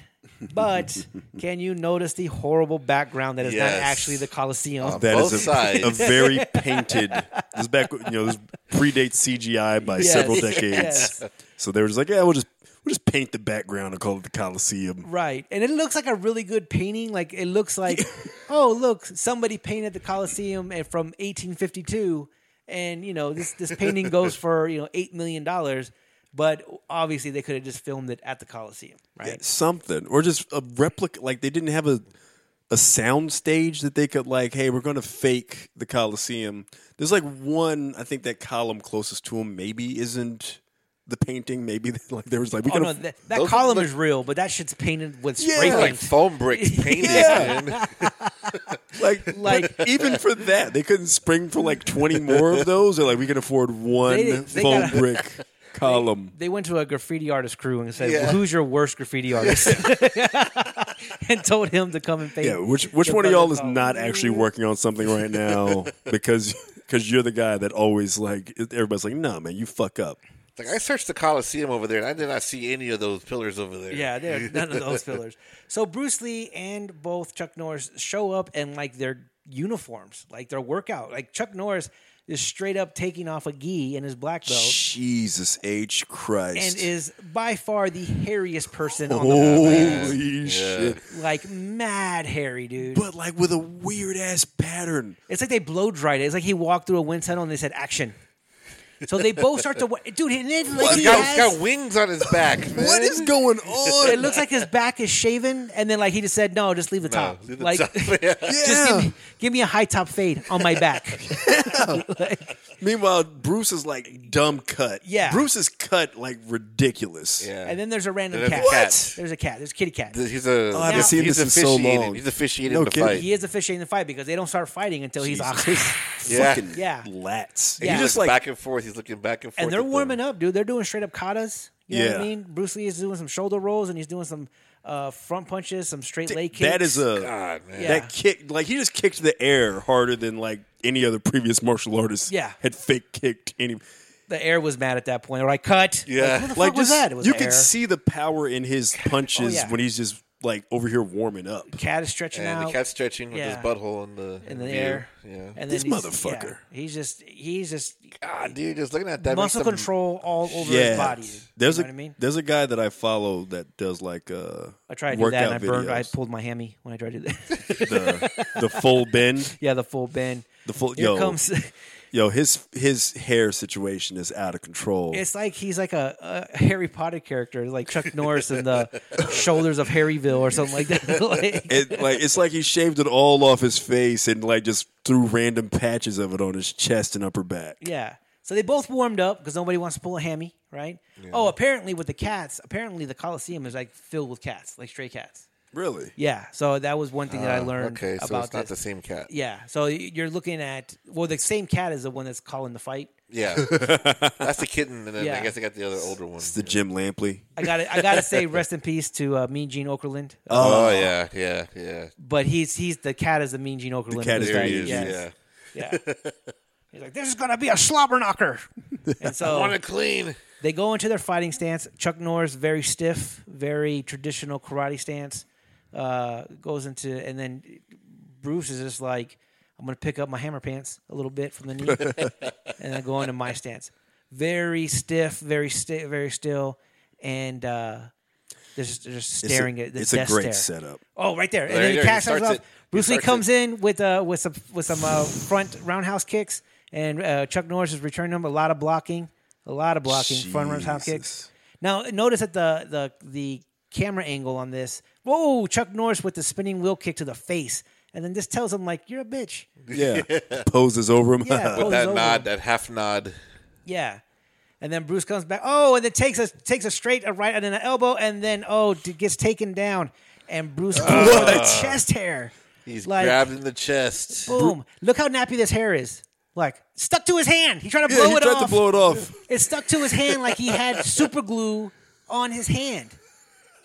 [SPEAKER 1] but can you notice the horrible background that is
[SPEAKER 2] Yes.
[SPEAKER 1] not actually the Coliseum?
[SPEAKER 3] That
[SPEAKER 2] Both
[SPEAKER 3] is a,
[SPEAKER 2] sides.
[SPEAKER 3] a very painted. This back, you know, this predates CGI by
[SPEAKER 1] Yes.
[SPEAKER 3] several decades.
[SPEAKER 1] Yes.
[SPEAKER 3] So they were just like, yeah, we'll just we'll just paint the background and call it the Coliseum.
[SPEAKER 1] Right. And it looks like a really good painting. Like it looks like, oh look, somebody painted the Colosseum and from 1852, and you know this this painting goes for you know eight million dollars, but obviously they could have just filmed it at the Colosseum, right?
[SPEAKER 3] something or just a replica like they didn't have a a sound stage that they could like hey we're going to fake the coliseum there's like one i think that column closest to him maybe isn't the painting maybe like there was like we
[SPEAKER 1] Oh
[SPEAKER 3] could
[SPEAKER 1] no, that, that
[SPEAKER 2] those
[SPEAKER 1] column
[SPEAKER 2] look-
[SPEAKER 1] is real, but that shit's painted with
[SPEAKER 3] Yeah.
[SPEAKER 1] spray
[SPEAKER 2] He's like
[SPEAKER 1] paint.
[SPEAKER 2] foam bricks painted.
[SPEAKER 3] Yeah.
[SPEAKER 2] man.
[SPEAKER 3] like
[SPEAKER 1] Like-
[SPEAKER 3] like even for that they couldn't spring for like 20 more of those or like we can afford one
[SPEAKER 1] They- they
[SPEAKER 3] foam
[SPEAKER 1] gotta-
[SPEAKER 3] brick column
[SPEAKER 1] They went to a graffiti artist crew and said,
[SPEAKER 2] Yeah.
[SPEAKER 1] "Who's your worst graffiti artist?" and told him to come and paint.
[SPEAKER 3] yeah which which
[SPEAKER 1] the
[SPEAKER 3] one of y'all is
[SPEAKER 1] column.
[SPEAKER 3] not actually working on something right now because because you're the guy that always like everybody's like no man you fuck up
[SPEAKER 2] Like I searched the Coliseum over there, and I did not see any of those pillars over there.
[SPEAKER 1] Yeah, they're none of those fillers. So Bruce Lee and both Chuck Norris show up in like their uniforms, like their workout. Like Chuck Norris is straight up taking off a gi in his black belt
[SPEAKER 3] Jesus H Christ.
[SPEAKER 1] and is by far the hairiest person
[SPEAKER 2] Oh.
[SPEAKER 1] on the planet.
[SPEAKER 3] Holy shit.
[SPEAKER 1] Like mad hairy, dude.
[SPEAKER 3] But like with a weird ass pattern.
[SPEAKER 1] It's like they blow dried it. It's like he walked through a wind tunnel and they said action. So they both start to wa- dude. And it, like
[SPEAKER 2] He's
[SPEAKER 1] he
[SPEAKER 2] got,
[SPEAKER 1] has-
[SPEAKER 2] he's got wings on his back. Man.
[SPEAKER 3] What is going on?
[SPEAKER 1] it looks like his back is shaven, and then like he just said, "No, just leave the
[SPEAKER 2] No,
[SPEAKER 1] top.
[SPEAKER 2] leave the
[SPEAKER 1] like,
[SPEAKER 2] top. Yeah.
[SPEAKER 1] just give
[SPEAKER 3] Yeah.
[SPEAKER 1] me, give me a high top fade on my back."
[SPEAKER 3] Meanwhile, Bruce is like dumb cut.
[SPEAKER 1] Yeah.
[SPEAKER 3] Bruce is cut like ridiculous.
[SPEAKER 2] Yeah.
[SPEAKER 1] and then there's a random
[SPEAKER 2] There's a
[SPEAKER 1] cat.
[SPEAKER 2] cat.
[SPEAKER 1] There's a cat. There's a kitty cat.
[SPEAKER 2] He's a.
[SPEAKER 3] I
[SPEAKER 1] Now-
[SPEAKER 3] haven't
[SPEAKER 1] seen
[SPEAKER 2] he's
[SPEAKER 3] this in so
[SPEAKER 2] officiating-
[SPEAKER 3] long.
[SPEAKER 2] He's officiating
[SPEAKER 3] No
[SPEAKER 2] the
[SPEAKER 3] kidding.
[SPEAKER 2] fight.
[SPEAKER 1] he is officiating the fight because they don't start fighting until he's oxygen.
[SPEAKER 2] Yeah.
[SPEAKER 3] Fucking
[SPEAKER 1] Yeah.
[SPEAKER 3] lats.
[SPEAKER 1] Yeah.
[SPEAKER 3] You
[SPEAKER 2] He's
[SPEAKER 3] just
[SPEAKER 2] just
[SPEAKER 3] like
[SPEAKER 2] back and forth. He's looking back and forth.
[SPEAKER 1] and they're warming up, dude. They're doing straight up katas. You know what I
[SPEAKER 3] Yeah.
[SPEAKER 1] mean? Bruce Lee is doing some shoulder rolls and he's doing some uh, front punches, some straight leg kicks.
[SPEAKER 3] that is a
[SPEAKER 2] God, man.
[SPEAKER 1] Yeah.
[SPEAKER 3] that kick like he just kicked the air harder than like any other previous martial artist
[SPEAKER 1] Yeah.
[SPEAKER 3] had fake kicked any
[SPEAKER 1] the air was mad at that point. Or I cut.
[SPEAKER 2] Yeah.
[SPEAKER 1] Like, who the
[SPEAKER 3] like
[SPEAKER 1] fuck was
[SPEAKER 3] just-
[SPEAKER 1] that? It was
[SPEAKER 3] you
[SPEAKER 1] the
[SPEAKER 3] can
[SPEAKER 1] air. Oh,
[SPEAKER 3] see the power in his punches
[SPEAKER 1] yeah.
[SPEAKER 3] when he's just like over here warming up.
[SPEAKER 1] cat is stretching
[SPEAKER 2] And
[SPEAKER 1] out
[SPEAKER 2] the cat's stretching with
[SPEAKER 1] Yeah.
[SPEAKER 2] his butthole in the
[SPEAKER 1] in the
[SPEAKER 2] view.
[SPEAKER 1] air.
[SPEAKER 2] Yeah.
[SPEAKER 1] And
[SPEAKER 3] This
[SPEAKER 1] he's- yeah,
[SPEAKER 3] motherfucker.
[SPEAKER 1] he's just he's just
[SPEAKER 2] God, dude, just looking at that makes
[SPEAKER 1] muscle
[SPEAKER 2] them-
[SPEAKER 1] control all over his body. dude.
[SPEAKER 3] There's
[SPEAKER 1] you
[SPEAKER 3] a
[SPEAKER 1] know what I mean?
[SPEAKER 3] there's a guy that I follow that does like uh
[SPEAKER 1] I tried to do
[SPEAKER 3] workout
[SPEAKER 1] that and I burned. I
[SPEAKER 3] videos.
[SPEAKER 1] pulled my hammy when I tried to do that.
[SPEAKER 3] the, the full bend
[SPEAKER 1] yeah, the full bend.
[SPEAKER 3] the full
[SPEAKER 1] Here
[SPEAKER 3] yo
[SPEAKER 1] comes.
[SPEAKER 3] yo his his hair situation is out of control.
[SPEAKER 1] It's like he's like a, a Harry Potter character, like Chuck Norris in the Shoulders of Harryville or something like that. like,
[SPEAKER 3] it like it's like he shaved it all off his face and like just threw random patches of it on his chest and upper back.
[SPEAKER 1] yeah. So they both warmed up because nobody wants to pull a hammy, right? Oh, apparently with the cats, apparently the Coliseum is like filled with cats, like stray cats.
[SPEAKER 3] Really?
[SPEAKER 1] Yeah. So that was one thing that I learned
[SPEAKER 2] Okay, so
[SPEAKER 1] about
[SPEAKER 2] it's not
[SPEAKER 1] this.
[SPEAKER 2] the same cat.
[SPEAKER 1] Yeah. So y- you're looking at well, the same cat is the one that's calling the fight.
[SPEAKER 2] Yeah, that's the kitten, and then
[SPEAKER 1] Yeah.
[SPEAKER 2] I guess I got the other older one.
[SPEAKER 3] It's the Jim Lampley.
[SPEAKER 1] I got to I got to say rest in peace to uh, Mean Gene Okerlund.
[SPEAKER 2] oh yeah, yeah, yeah.
[SPEAKER 1] but he's he's the cat is the Mean Gene Okerlund. of
[SPEAKER 3] cat
[SPEAKER 1] this
[SPEAKER 3] is the
[SPEAKER 1] guy.
[SPEAKER 3] Mean Gene,
[SPEAKER 1] Yes. Yeah. He's like, this is gonna be a slobber knocker. And
[SPEAKER 2] I
[SPEAKER 1] so
[SPEAKER 2] want to clean.
[SPEAKER 1] they go into their fighting stance. Chuck Norris, very stiff, very traditional karate stance, uh, goes into, and then Bruce is just like, I'm going to pick up my hammer pants a little bit from the knee, and then go into my stance. Very stiff, very stiff, very still, and uh, they're just, they're just
[SPEAKER 3] It's a-
[SPEAKER 1] staring at the
[SPEAKER 3] It's a
[SPEAKER 1] death
[SPEAKER 3] great
[SPEAKER 1] stare.
[SPEAKER 3] setup.
[SPEAKER 1] Oh, right there, and
[SPEAKER 2] There
[SPEAKER 1] then he
[SPEAKER 2] you go. He
[SPEAKER 1] casts
[SPEAKER 2] starts
[SPEAKER 1] off.
[SPEAKER 2] it. He
[SPEAKER 1] Bruce Lee
[SPEAKER 2] starts
[SPEAKER 1] comes in with uh, with some with some uh, front roundhouse kicks, and uh, Chuck Norris is returning him a lot of blocking, a lot of blocking front roundhouse kicks.
[SPEAKER 3] Jesus.
[SPEAKER 1] Now notice that the the the camera angle on this. Whoa, Chuck Norris with the spinning wheel kick to the face, and then this tells him like you're a bitch.
[SPEAKER 3] Yeah. Poses over him.
[SPEAKER 1] Yeah, pose-
[SPEAKER 2] That
[SPEAKER 1] Oh, over.
[SPEAKER 2] nod, that half nod.
[SPEAKER 1] Yeah. And then Bruce comes back. Oh, and then takes a takes a straight, a right, and an elbow, and then oh, d- gets taken down. And Bruce
[SPEAKER 2] Uh.
[SPEAKER 1] pulls out the chest hair.
[SPEAKER 2] He's
[SPEAKER 1] Like-
[SPEAKER 2] grabbed in the chest.
[SPEAKER 1] Boom! Look how nappy this hair is. Like stuck to his hand. He tried to
[SPEAKER 3] yeah,
[SPEAKER 1] blow
[SPEAKER 3] he
[SPEAKER 1] it
[SPEAKER 3] tried
[SPEAKER 1] off.
[SPEAKER 3] to blow it off.
[SPEAKER 1] it stuck to his hand like he had super glue on his hand.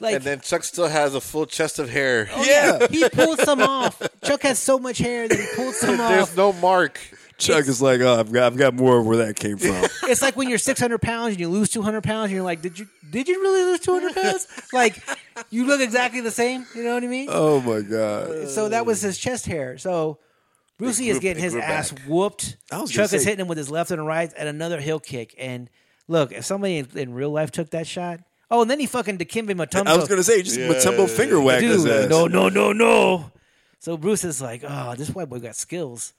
[SPEAKER 1] Like oh,
[SPEAKER 2] And then Chuck still has a full chest of hair.
[SPEAKER 3] yeah.
[SPEAKER 1] he pulled some off. Chuck has so much hair that he pulled some off.
[SPEAKER 2] There's no mark.
[SPEAKER 3] Chuck is like, oh, I've got, I've got more of where that came from.
[SPEAKER 1] It's like when you're 600 pounds and you lose 200 pounds, and you're like, did you did you really lose 200 pounds? Like you look exactly the same. You know what I mean?
[SPEAKER 3] oh my god.
[SPEAKER 1] so that was his chest hair. So Bruce Lee is
[SPEAKER 2] grew-
[SPEAKER 1] getting
[SPEAKER 2] they
[SPEAKER 1] his
[SPEAKER 2] grew
[SPEAKER 1] ass
[SPEAKER 2] back.
[SPEAKER 1] whooped.
[SPEAKER 3] I was gonna
[SPEAKER 1] Chuck is
[SPEAKER 3] say-
[SPEAKER 1] hitting him with his left and right and another heel kick. And look, if somebody in, in real life took that shot, oh, and then he fucking Dikembe Mutombo.
[SPEAKER 3] I was gonna say uh, just Matumbo finger whacked
[SPEAKER 1] dude,
[SPEAKER 3] his ass.
[SPEAKER 1] no, no, no, no. So Bruce is like, oh, this white boy got skills.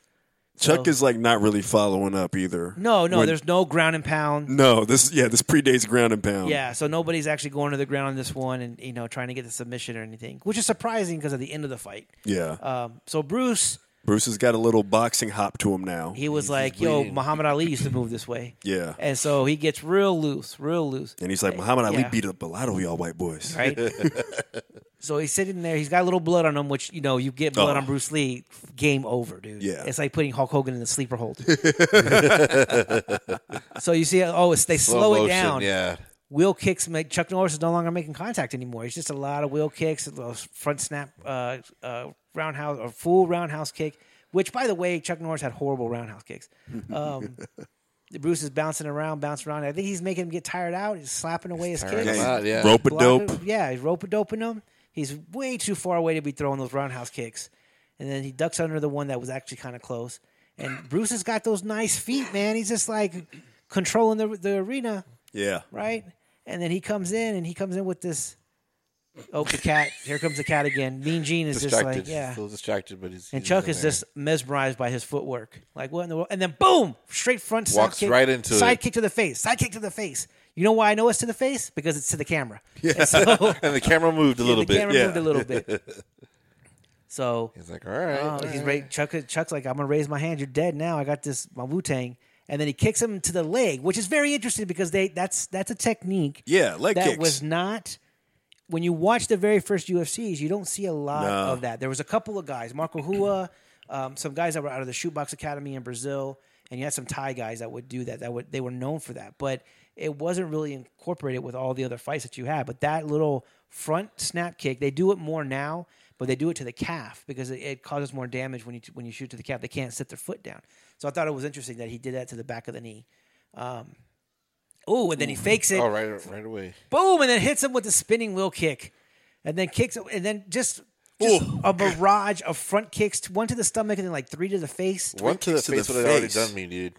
[SPEAKER 3] Chuck is like not really following up either.
[SPEAKER 1] No, no,
[SPEAKER 3] When-
[SPEAKER 1] there's no ground and pound.
[SPEAKER 3] no this yeah this predates ground and pound.
[SPEAKER 1] Yeah, so nobody's actually going to the ground on this one and you know trying to get the submission or anything, which is surprising because at the end of the fight.
[SPEAKER 3] yeah.
[SPEAKER 1] Um, so Bruce,
[SPEAKER 3] Bruce has got a little boxing hop to him now.
[SPEAKER 1] he was like, "Yo, Muhammad Ali used to move this way."
[SPEAKER 3] Yeah.
[SPEAKER 1] and so he gets real loose, real loose,
[SPEAKER 3] and he's like, Muhammad Ali
[SPEAKER 1] Yeah.
[SPEAKER 3] beat up a lot of y'all white boys.
[SPEAKER 1] right? so he's sitting there. He's got a little blood on him, which you know, you get blood
[SPEAKER 3] Oh.
[SPEAKER 1] on Bruce Lee, game over, dude.
[SPEAKER 3] Yeah.
[SPEAKER 1] it's like putting Hulk Hogan in the sleeper hold. so you see, oh, it's, they slow, it
[SPEAKER 2] motion,
[SPEAKER 1] down.
[SPEAKER 2] Yeah.
[SPEAKER 1] Wheel kicks make Chuck Norris is no longer making contact anymore. It's just a lot of wheel kicks, a little front snap, uh, uh, roundhouse or full roundhouse kick. Which, by the way, Chuck Norris had horrible roundhouse kicks. Um, Bruce is bouncing around, bouncing around. I think he's making him get tired out. He's slapping away his
[SPEAKER 2] tired
[SPEAKER 1] kicks.
[SPEAKER 2] out. Wow, yeah.
[SPEAKER 3] Rope a
[SPEAKER 1] Blocking-
[SPEAKER 3] dope.
[SPEAKER 1] Yeah, he's rope a doping him. He's way too far away to be throwing those roundhouse kicks. And then he ducks under the one that was actually kind of close. And Bruce has got those nice feet, man. He's just like controlling the the arena,
[SPEAKER 3] Yeah.
[SPEAKER 1] right? And then he comes in and he comes in with this. Oh, the cat! Here comes the cat again. Mean Gene is just
[SPEAKER 2] distracted,
[SPEAKER 1] like, yeah.
[SPEAKER 2] still distracted, but he's
[SPEAKER 1] And
[SPEAKER 2] he's
[SPEAKER 1] Chuck
[SPEAKER 2] in
[SPEAKER 1] is
[SPEAKER 2] there.
[SPEAKER 1] just mesmerized by his footwork. Like what in the world? And then boom, straight front side
[SPEAKER 2] Walks
[SPEAKER 1] kick,
[SPEAKER 2] right into it.
[SPEAKER 1] side kick to the face, side kick to the face. You know why I know it's to the face? Because it's to the camera. And so
[SPEAKER 2] and the camera moved a little
[SPEAKER 1] the
[SPEAKER 2] bit.
[SPEAKER 1] camera
[SPEAKER 2] yeah,
[SPEAKER 1] moved a little bit. So
[SPEAKER 2] he's like, all right,
[SPEAKER 1] oh,
[SPEAKER 2] all
[SPEAKER 1] he's
[SPEAKER 2] right.
[SPEAKER 1] ra- Chuck. Chuck's like, I'm gonna raise my hand. You're dead now. I got this my Wu Tang, and then he kicks him to the leg, which is very interesting because they that's that's a technique
[SPEAKER 3] Yeah, leg
[SPEAKER 1] that
[SPEAKER 3] kicks.
[SPEAKER 1] was not when you watch the very first UFCs, you don't see a lot
[SPEAKER 3] No.
[SPEAKER 1] of that. There was a couple of guys, Marco Hua, um, some guys that were out of the Shootbox Academy in Brazil, and you had some Thai guys that would do that. That would they were known for that, but it wasn't really incorporated with all the other fights that you had. But that little front snap kick, they do it more now, but they do it to the calf because it, it causes more damage when you when you shoot to the calf. They can't sit their foot down. So I thought it was interesting that he did that to the back of the knee. Um, oh, and then he fakes it
[SPEAKER 2] oh, right, right away.
[SPEAKER 1] boom, and then hits him with a spinning wheel kick, and then kicks, and then just, just a barrage of front kicks, one to the stomach, and then like three to the face.
[SPEAKER 2] One to the
[SPEAKER 3] kicks to the
[SPEAKER 2] face would have already
[SPEAKER 3] face.
[SPEAKER 2] done me, dude.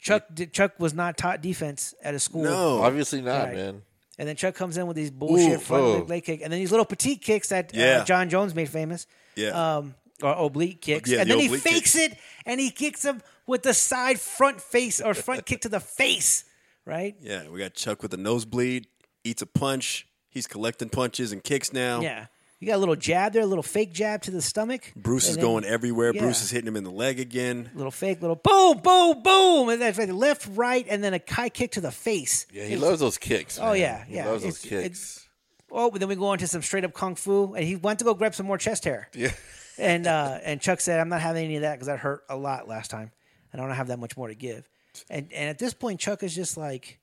[SPEAKER 1] Chuck did, Chuck was not taught defense at his school.
[SPEAKER 3] No.
[SPEAKER 2] Obviously not,
[SPEAKER 1] Right.
[SPEAKER 2] man.
[SPEAKER 1] And then Chuck comes in with these bullshit
[SPEAKER 2] Ooh,
[SPEAKER 1] front
[SPEAKER 2] oh.
[SPEAKER 1] leg, leg kick, and then these little petite kicks that uh,
[SPEAKER 3] Yeah.
[SPEAKER 1] John Jones made famous.
[SPEAKER 3] Yeah.
[SPEAKER 1] Um, or oblique kicks,
[SPEAKER 3] Yeah,
[SPEAKER 1] and
[SPEAKER 3] the
[SPEAKER 1] then he
[SPEAKER 3] oblique
[SPEAKER 1] fakes it, and he kicks him with the side front face or front kick to the face, right?
[SPEAKER 3] Yeah, we got Chuck with a nosebleed, eats a punch. He's collecting punches and kicks now.
[SPEAKER 1] Yeah, you got a little jab there, a little fake jab to the stomach.
[SPEAKER 3] Bruce
[SPEAKER 1] and
[SPEAKER 3] is
[SPEAKER 1] then-
[SPEAKER 3] going everywhere. Bruce
[SPEAKER 1] yeah.
[SPEAKER 3] is hitting him in the leg again.
[SPEAKER 1] little fake, little boom, boom, boom, and that's right, left, right, and then a high kick to the face.
[SPEAKER 2] Yeah, he loves those kicks.
[SPEAKER 1] Oh,
[SPEAKER 2] man.
[SPEAKER 1] yeah,
[SPEAKER 2] he
[SPEAKER 1] yeah,
[SPEAKER 2] loves those
[SPEAKER 1] it's- it-
[SPEAKER 2] kicks.
[SPEAKER 1] Oh, but then we go on to some straight up kung fu, and he went to go grab some more chest hair. Yeah, and uh, and Chuck said, "I'm not having any of that because that hurt a lot last time, and I don't have that much more to give." And and at this point, Chuck is just like,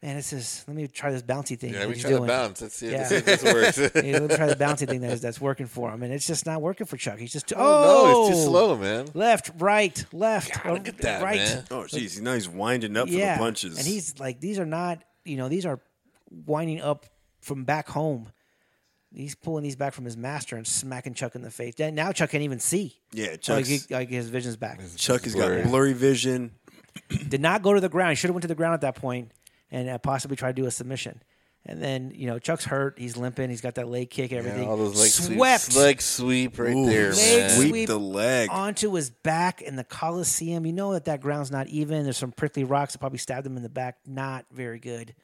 [SPEAKER 1] "Man, this is let me try this bouncy thing."
[SPEAKER 2] yeah,
[SPEAKER 1] that
[SPEAKER 2] we
[SPEAKER 1] he's
[SPEAKER 2] try to
[SPEAKER 1] doing.
[SPEAKER 2] bounce. Let's see if
[SPEAKER 1] Yeah.
[SPEAKER 2] this, if this works.
[SPEAKER 1] Yeah, let me try the bouncy thing that is, that's working for him, and it's just not working for Chuck. He's just too, oh,
[SPEAKER 2] no, it's too slow, man.
[SPEAKER 1] Left, right, left, uh,
[SPEAKER 2] God, look at that,
[SPEAKER 1] right.
[SPEAKER 2] man.
[SPEAKER 3] Oh, jeez. Now he's winding up for the punches.
[SPEAKER 1] And he's like, these are not, you know, these are winding up from back home. He's pulling these back from his master and smacking Chuck in the face. Then now Chuck can't even see.
[SPEAKER 3] yeah,
[SPEAKER 1] Like,
[SPEAKER 3] Chuck's,
[SPEAKER 1] he, like his vision's back.
[SPEAKER 3] Chuck has
[SPEAKER 2] Blurry.
[SPEAKER 3] got blurry vision.
[SPEAKER 1] Did not go to the ground. He should have went to the ground at that point and uh, possibly tried to do a submission. And then you know Chuck's hurt. He's limping. He's got that leg kick.
[SPEAKER 2] Yeah,
[SPEAKER 1] Everything
[SPEAKER 2] all those leg
[SPEAKER 1] swept
[SPEAKER 2] sweeps, leg sweep right
[SPEAKER 3] Ooh,
[SPEAKER 2] there,
[SPEAKER 1] Leg
[SPEAKER 2] man.
[SPEAKER 3] sweep
[SPEAKER 1] sweep
[SPEAKER 3] the leg.
[SPEAKER 1] onto his back in the Coliseum. You know that that ground's not even. There's some prickly rocks that probably stabbed him in the back. Not very good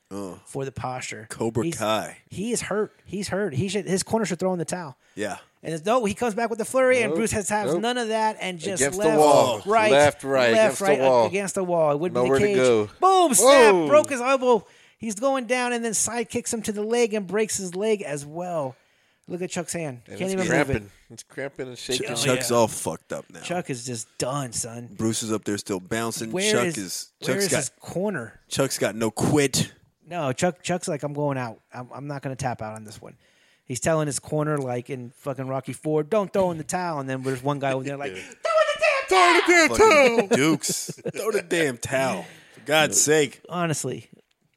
[SPEAKER 1] for the posture.
[SPEAKER 3] Cobra
[SPEAKER 1] He's-
[SPEAKER 3] Kai.
[SPEAKER 1] He is hurt. He's hurt. He should. His corner should throw in the towel.
[SPEAKER 3] Yeah.
[SPEAKER 1] And it's, no, he comes back with the flurry, and
[SPEAKER 2] Nope,
[SPEAKER 1] Bruce has, has
[SPEAKER 2] nope.
[SPEAKER 1] none of that, and just
[SPEAKER 2] Against the
[SPEAKER 1] left,
[SPEAKER 2] wall.
[SPEAKER 1] right,
[SPEAKER 2] Left, right,
[SPEAKER 1] left,
[SPEAKER 2] against the
[SPEAKER 1] right,
[SPEAKER 2] wall.
[SPEAKER 1] against the wall. It would be
[SPEAKER 2] Nowhere
[SPEAKER 1] the
[SPEAKER 2] to
[SPEAKER 1] cage.
[SPEAKER 2] go.
[SPEAKER 1] Boom! Snap!
[SPEAKER 2] Whoa.
[SPEAKER 1] Broke his elbow. He's going down, and then side kicks him to the leg and breaks his leg as well. Look at Chuck's hand.
[SPEAKER 2] And
[SPEAKER 1] Can't
[SPEAKER 2] it's
[SPEAKER 1] even move
[SPEAKER 2] cramping.
[SPEAKER 1] it.
[SPEAKER 2] It's cramping and shaking.
[SPEAKER 1] Oh,
[SPEAKER 3] Chuck's
[SPEAKER 1] yeah.
[SPEAKER 3] all fucked up now.
[SPEAKER 1] Chuck is just done, son.
[SPEAKER 3] Bruce is up there still bouncing.
[SPEAKER 1] Where is
[SPEAKER 3] Chuck is
[SPEAKER 1] where
[SPEAKER 3] Chuck's
[SPEAKER 1] is
[SPEAKER 3] got
[SPEAKER 1] his corner?
[SPEAKER 3] Chuck's got no quit.
[SPEAKER 1] No, Chuck. Chuck's like, I'm going out. I'm, I'm not going to tap out on this one. He's telling his corner, like in fucking Rocky Four, don't throw in the towel. And then there's one guy over there, like,
[SPEAKER 2] Throw the damn towel.
[SPEAKER 3] Fucking Dukes. Throw the damn towel. For God's sake.
[SPEAKER 1] honestly,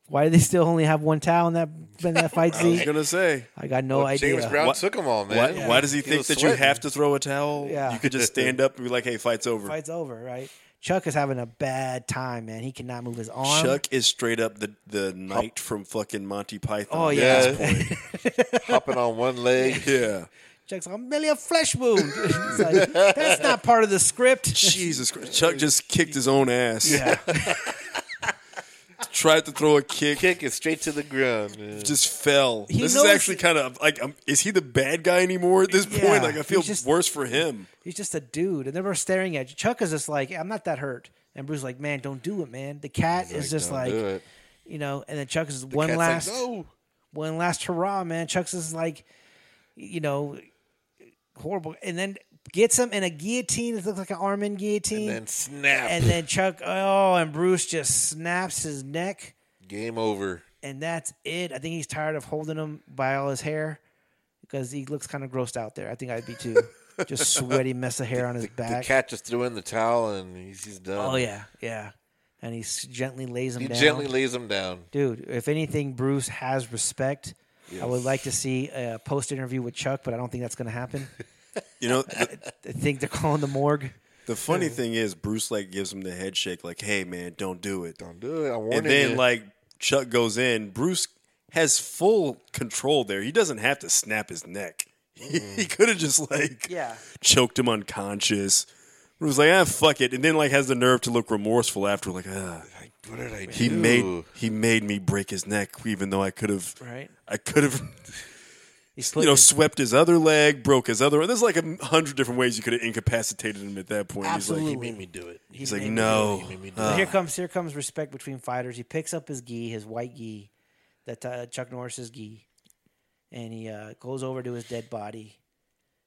[SPEAKER 1] why do they still only have one towel in that in that fight
[SPEAKER 3] I was
[SPEAKER 1] scene?
[SPEAKER 3] gonna say.
[SPEAKER 1] I got no idea.
[SPEAKER 2] James Brown
[SPEAKER 3] What-
[SPEAKER 2] took them all, man.
[SPEAKER 3] Why, why does he,
[SPEAKER 2] He
[SPEAKER 3] think
[SPEAKER 2] was
[SPEAKER 3] that you
[SPEAKER 2] sweating.
[SPEAKER 3] have to throw a towel?
[SPEAKER 1] Yeah.
[SPEAKER 3] You could just stand up and be like, hey, fight's over.
[SPEAKER 1] Fight's over, right? Chuck is having a bad time, man. He cannot move his arm.
[SPEAKER 3] Chuck is straight up the, the knight from fucking Monty Python.
[SPEAKER 1] Oh,
[SPEAKER 3] at
[SPEAKER 1] yeah.
[SPEAKER 3] this point.
[SPEAKER 2] Hopping on one leg.
[SPEAKER 3] yeah.
[SPEAKER 1] Chuck's like, I'm merely a flesh wound. He's like, That's not part of the script.
[SPEAKER 3] Jesus Christ. Chuck just kicked his own ass.
[SPEAKER 1] Yeah.
[SPEAKER 3] Tried to throw a kick.
[SPEAKER 2] Kick it straight to the ground. Man.
[SPEAKER 3] Just fell.
[SPEAKER 1] He
[SPEAKER 3] this
[SPEAKER 1] knows-
[SPEAKER 3] is actually kind of like, um, is he the bad guy anymore at this
[SPEAKER 1] Yeah.
[SPEAKER 3] point? Like, I feel
[SPEAKER 1] He's just-
[SPEAKER 3] worse for him.
[SPEAKER 1] He's just a dude, and they were staring at you. Chuck is just like, I'm not that hurt, and Bruce's like, man, don't do it, man. The cat is just
[SPEAKER 2] "Don't
[SPEAKER 1] like,
[SPEAKER 2] do it."
[SPEAKER 1] you know, and then Chuck is one
[SPEAKER 2] Cat's
[SPEAKER 1] last,
[SPEAKER 2] Like, no.
[SPEAKER 1] one last hurrah, man. Chuck's is like, you know, horrible, and then gets him in a guillotine that looks like an Armin guillotine,
[SPEAKER 2] And then snap.
[SPEAKER 1] And then Chuck, oh, and Bruce just snaps his neck,
[SPEAKER 2] Game over.
[SPEAKER 1] and that's it. I think he's tired of holding him by all his hair because he looks kind of grossed out there. I think I'd be too. just sweaty mess of hair on his
[SPEAKER 2] The
[SPEAKER 1] back.
[SPEAKER 2] cat just threw in the towel and he's, he's done.
[SPEAKER 1] oh yeah, yeah. And he s- gently lays him
[SPEAKER 2] He
[SPEAKER 1] down.
[SPEAKER 2] gently lays him down.
[SPEAKER 1] Dude, if anything, Bruce has respect. I would like to see a post interview with Chuck, but I don't think that's going to happen.
[SPEAKER 3] You know, th-
[SPEAKER 1] I think they're calling the morgue.
[SPEAKER 3] The funny thing is, Bruce like gives him the head shake, like, "Hey man, don't do it."
[SPEAKER 2] Don't do it. I warned
[SPEAKER 3] and then
[SPEAKER 2] you.
[SPEAKER 3] like Chuck goes in. Bruce has full control there. He doesn't have to snap his neck.
[SPEAKER 2] Mm-hmm.
[SPEAKER 3] he could have just like
[SPEAKER 1] Yeah.
[SPEAKER 3] choked him unconscious. Bruce was like, ah, fuck it, and then like has the nerve to look remorseful after, like, ah,
[SPEAKER 2] Like, what did I do?
[SPEAKER 3] he made he made me break his neck, even though I could have,
[SPEAKER 1] Right.
[SPEAKER 3] I could have,
[SPEAKER 1] He's
[SPEAKER 3] you
[SPEAKER 1] putting,
[SPEAKER 3] know, swept his other leg, broke his other. There's like a hundred different ways you could have incapacitated him at that point.
[SPEAKER 2] Absolutely.
[SPEAKER 3] He's
[SPEAKER 2] He
[SPEAKER 3] like,
[SPEAKER 2] made me do it.
[SPEAKER 3] he's like,
[SPEAKER 1] made-
[SPEAKER 3] no,
[SPEAKER 1] So
[SPEAKER 3] Uh,
[SPEAKER 1] here comes here comes respect between fighters. He picks up his gi, his white gi, that uh, Chuck Norris's gi, and he uh, goes over to his dead body,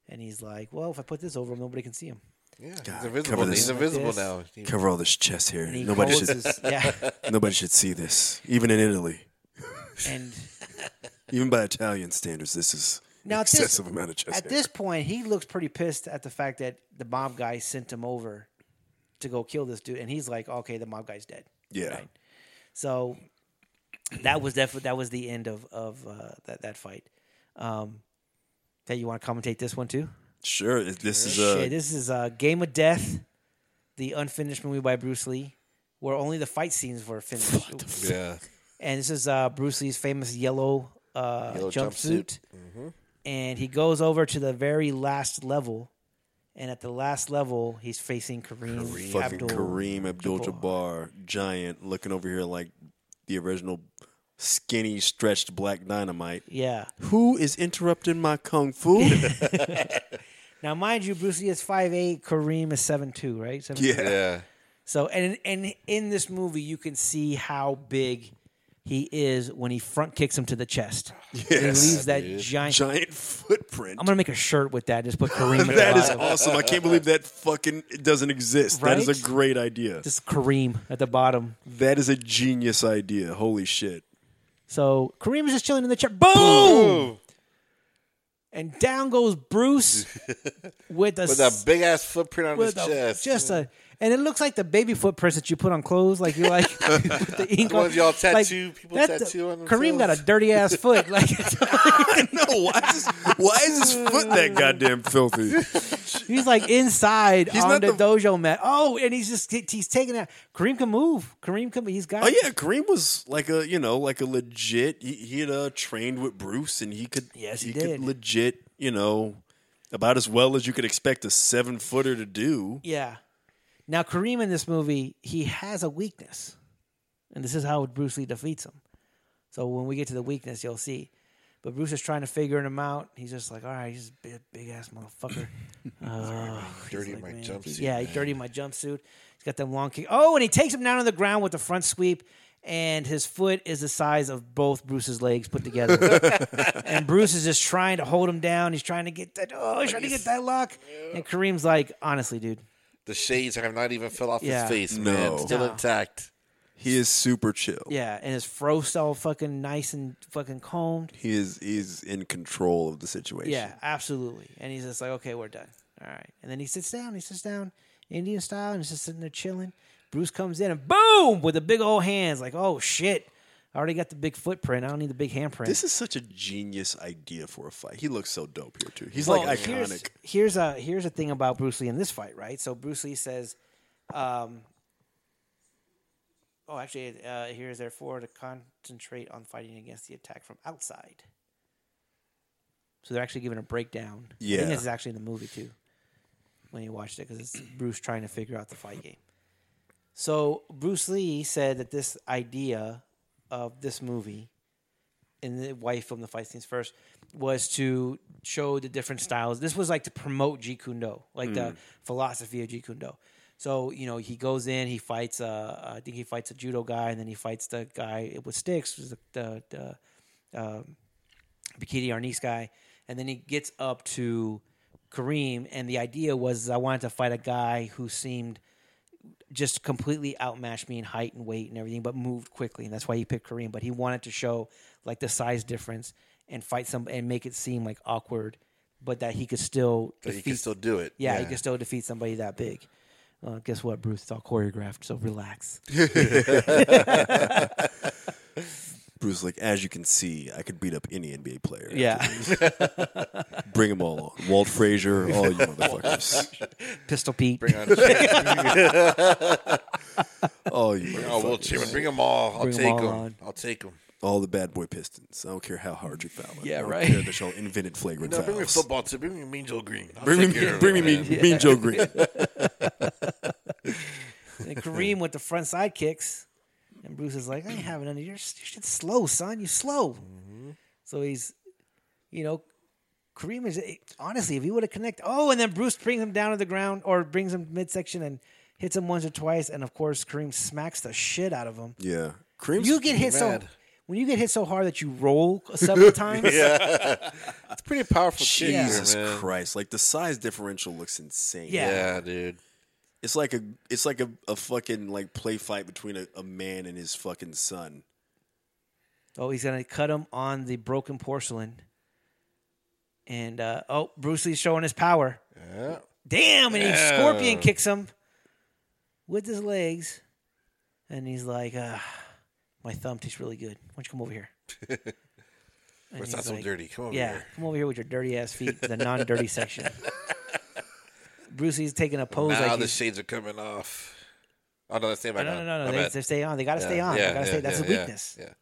[SPEAKER 1] and he's like, "Well, if I put this over him, nobody can see him."
[SPEAKER 2] Yeah,
[SPEAKER 3] God,
[SPEAKER 2] he's invisible.
[SPEAKER 3] cover this.
[SPEAKER 2] He's invisible
[SPEAKER 1] Like this.
[SPEAKER 2] now. He-
[SPEAKER 3] cover all this chest here.
[SPEAKER 1] And he
[SPEAKER 3] Nobody
[SPEAKER 1] holds
[SPEAKER 3] should,
[SPEAKER 1] his- yeah,
[SPEAKER 3] nobody should see this, even in Italy,
[SPEAKER 1] and
[SPEAKER 3] even by Italian standards. This is
[SPEAKER 1] Now, at this-
[SPEAKER 3] excessive amount of chest.
[SPEAKER 1] at this point, he looks pretty pissed at the fact that the mob guy sent him over to go kill this dude, and he's like, "Okay, the mob guy's dead."
[SPEAKER 3] hair. yeah,
[SPEAKER 1] right. So that was definitely that was the end of of uh, that that fight. Um, that you want to commentate this one too?
[SPEAKER 3] sure. it- This is uh,
[SPEAKER 1] Shit,
[SPEAKER 3] a
[SPEAKER 1] this is a game of death, the unfinished movie by Bruce Lee, where only the fight scenes were finished.
[SPEAKER 2] Yeah,
[SPEAKER 1] and this is uh, Bruce Lee's famous yellow, uh,
[SPEAKER 2] Yellow
[SPEAKER 1] jumpsuit.
[SPEAKER 2] jumpsuit.
[SPEAKER 1] And he goes over to the very last level, and at the last level, he's facing Kareem,
[SPEAKER 3] fucking
[SPEAKER 1] Abdul.
[SPEAKER 3] Kareem Abdul-Jabbar giant looking over here like the original skinny, stretched black dynamite.
[SPEAKER 1] Yeah.
[SPEAKER 3] Who is interrupting my kung fu?
[SPEAKER 1] Now, mind you, Bruce Lee is 5'8", Kareem is 7'2", right? 7'2"?
[SPEAKER 2] yeah.
[SPEAKER 1] So and and in this movie you can see how big he is when he front kicks him to the chest. Yes, he leaves that giant.
[SPEAKER 3] giant footprint.
[SPEAKER 1] I'm gonna make a shirt with that. Just put Kareem. at the
[SPEAKER 3] That is
[SPEAKER 1] bottom.
[SPEAKER 3] awesome. I can't believe that fucking it doesn't exist. That is
[SPEAKER 1] Right?
[SPEAKER 3] a great idea.
[SPEAKER 1] Just Kareem at the bottom.
[SPEAKER 3] That is a genius idea. Holy shit.
[SPEAKER 1] So Kareem is just chilling in the chair. Boom! And down goes Bruce with a
[SPEAKER 2] With
[SPEAKER 1] s-
[SPEAKER 2] that big ass footprint on his
[SPEAKER 1] with a-
[SPEAKER 2] chest.
[SPEAKER 1] just a. And it looks like the baby footprints that you put on clothes, like you like with the ink.
[SPEAKER 2] The
[SPEAKER 1] on-
[SPEAKER 2] ones y'all
[SPEAKER 1] like,
[SPEAKER 2] tattoo- people
[SPEAKER 1] that's-
[SPEAKER 2] tattoo on
[SPEAKER 1] Kareem got a
[SPEAKER 2] themselves.
[SPEAKER 1] dirty ass foot. Like it's-
[SPEAKER 3] No, why is, why is his foot that goddamn filthy?
[SPEAKER 1] He's like inside on
[SPEAKER 3] not
[SPEAKER 1] the,
[SPEAKER 3] the-
[SPEAKER 1] dojo mat. Oh, and he's just he's taking out. Kareem can move. Kareem can. He's got.
[SPEAKER 3] Oh yeah, Kareem was like a you know like a legit. He, he had uh, trained with Bruce, and he could
[SPEAKER 1] Yes, he did.
[SPEAKER 3] could legit you know about as well as you could expect a seven footer to do.
[SPEAKER 1] Yeah. Now Kareem in this movie, he has a weakness, and this is how Bruce Lee defeats him. So when we get to the weakness, you'll see. But Bruce is trying to figure him out. He's just like, all right, he's a big, big ass motherfucker. Oh, he's
[SPEAKER 2] dirty
[SPEAKER 1] like,
[SPEAKER 2] my
[SPEAKER 1] man,
[SPEAKER 2] jumpsuit,
[SPEAKER 1] Yeah, he dirty my jumpsuit. He's got them long kick. Oh, and he takes him down on the ground with the front sweep, and his foot is the size of both Bruce's legs put together. and Bruce is just trying to hold him down. He's trying to get that. Oh, he's trying to get that lock. And Kareem's like, honestly, dude,
[SPEAKER 2] The shades have not even fell off
[SPEAKER 1] Yeah.
[SPEAKER 2] his face.
[SPEAKER 3] No.
[SPEAKER 2] man. still
[SPEAKER 1] No.
[SPEAKER 2] intact.
[SPEAKER 3] He is super chill.
[SPEAKER 1] Yeah, and his fro's all fucking nice and fucking combed.
[SPEAKER 3] He is he's in control of the situation.
[SPEAKER 1] Yeah, absolutely. And he's just like, okay, we're done. All right. And then he sits down. He sits down Indian style, and he's just sitting there chilling. Bruce comes in and boom with the big old hands. Like, oh shit, I already got the big footprint. I don't need the big handprint.
[SPEAKER 3] This is such a genius idea for a fight. He looks so dope here too. He's
[SPEAKER 1] Well,
[SPEAKER 3] like
[SPEAKER 1] Here's,
[SPEAKER 3] iconic.
[SPEAKER 1] here's a here's a thing about Bruce Lee in this fight, right? So Bruce Lee says, um, "Oh, actually, uh, here is therefore to concentrate on fighting against the attack from outside." So they're actually giving a breakdown. I
[SPEAKER 3] Yeah.
[SPEAKER 1] think this is actually in the movie too. When you watched it, because it's Bruce trying to figure out the fight game. So Bruce Lee said that this idea of this movie and the why he filmed the fight scenes first was to show the different styles. This was like to promote Jeet Kune Do, like the philosophy of Jeet Kune Do. So you know he goes in, he fights. Uh, I think he fights a judo guy, and then he fights the guy with sticks, who's the the, the Bikini Arnis guy, and then he gets up to Kareem, and the idea was I wanted to fight a guy who seemed just completely outmatched me in height and weight and everything, but moved quickly, and that's why he picked Kareem. But he wanted to show like the size difference and fight some and make it seem like awkward, but that he could still
[SPEAKER 2] But he
[SPEAKER 1] defeat.
[SPEAKER 2] can still do it.
[SPEAKER 1] yeah, he could still defeat somebody that big. Uh, guess what, Bruce? It's all choreographed, so relax.
[SPEAKER 3] Bruce, like as you can see, I could beat up any NBA player.
[SPEAKER 1] Yeah,
[SPEAKER 3] Bring them all on. Walt Frazier, all you motherfuckers.
[SPEAKER 1] Pistol Pete.
[SPEAKER 2] Bring on Chapman.
[SPEAKER 3] All you motherfuckers.
[SPEAKER 2] oh, Will Chapman. Bring them all. I'll
[SPEAKER 1] Bring 'em
[SPEAKER 2] take
[SPEAKER 1] all
[SPEAKER 2] them.
[SPEAKER 1] on.
[SPEAKER 2] I'll take them.
[SPEAKER 3] all the bad boy Pistons. I don't care how hard you foul it.
[SPEAKER 1] Yeah,
[SPEAKER 3] I don't
[SPEAKER 1] right.
[SPEAKER 3] Care that y'all invented flagrant
[SPEAKER 2] No,
[SPEAKER 3] fouls.
[SPEAKER 2] bring me football too. Bring me Mean Joe Green. I'll
[SPEAKER 3] Bring
[SPEAKER 2] take
[SPEAKER 3] me,
[SPEAKER 2] care of
[SPEAKER 3] bring me,
[SPEAKER 2] it, man.
[SPEAKER 3] mean, mean Joe Green.
[SPEAKER 1] And Kareem with the front side kicks, and Bruce is like, "I ain't having any. You're, your shit's slow, son. You slow." So he's, you know, Kareem is honestly, if he would have connected, oh, and then Bruce brings him down to the ground or brings him midsection and hits him once or twice, and of course Kareem smacks the shit out of him.
[SPEAKER 3] Yeah, Kareem's
[SPEAKER 1] You get hit so
[SPEAKER 2] mad.
[SPEAKER 1] when you get hit so hard that you roll several times.
[SPEAKER 2] It's pretty powerful. shit here,
[SPEAKER 3] Jesus
[SPEAKER 2] man.
[SPEAKER 3] Christ! Like the size differential looks insane.
[SPEAKER 1] Yeah.
[SPEAKER 2] Yeah, dude.
[SPEAKER 3] it's like a it's like a, a fucking like play fight between a, a man and his fucking son.
[SPEAKER 1] Oh, he's gonna cut him on the broken porcelain. And uh, oh, Bruce Lee's showing his power.
[SPEAKER 2] Yeah.
[SPEAKER 1] Damn, and he scorpion kicks him with his legs, and he's like, ah, "My thumb tastes really good. Why don't you come over here?" And
[SPEAKER 2] It's
[SPEAKER 1] he's
[SPEAKER 2] not so
[SPEAKER 1] like,
[SPEAKER 2] dirty. Come over
[SPEAKER 1] Yeah,
[SPEAKER 2] here.
[SPEAKER 1] come over here with your dirty ass feet to the non-dirty section. Bruce Lee's taking a pose
[SPEAKER 2] Now
[SPEAKER 1] like
[SPEAKER 2] the
[SPEAKER 1] he's-
[SPEAKER 2] shades are coming off. Oh no, that's staying back
[SPEAKER 1] no, no,
[SPEAKER 2] on.
[SPEAKER 1] no,
[SPEAKER 2] My
[SPEAKER 1] no. They,
[SPEAKER 2] bad.
[SPEAKER 1] they stay on. They got to
[SPEAKER 2] Yeah,
[SPEAKER 1] stay on.
[SPEAKER 2] yeah,
[SPEAKER 1] they got to
[SPEAKER 2] yeah,
[SPEAKER 1] stay. That's
[SPEAKER 2] yeah,
[SPEAKER 1] a weakness.
[SPEAKER 2] Yeah, yeah.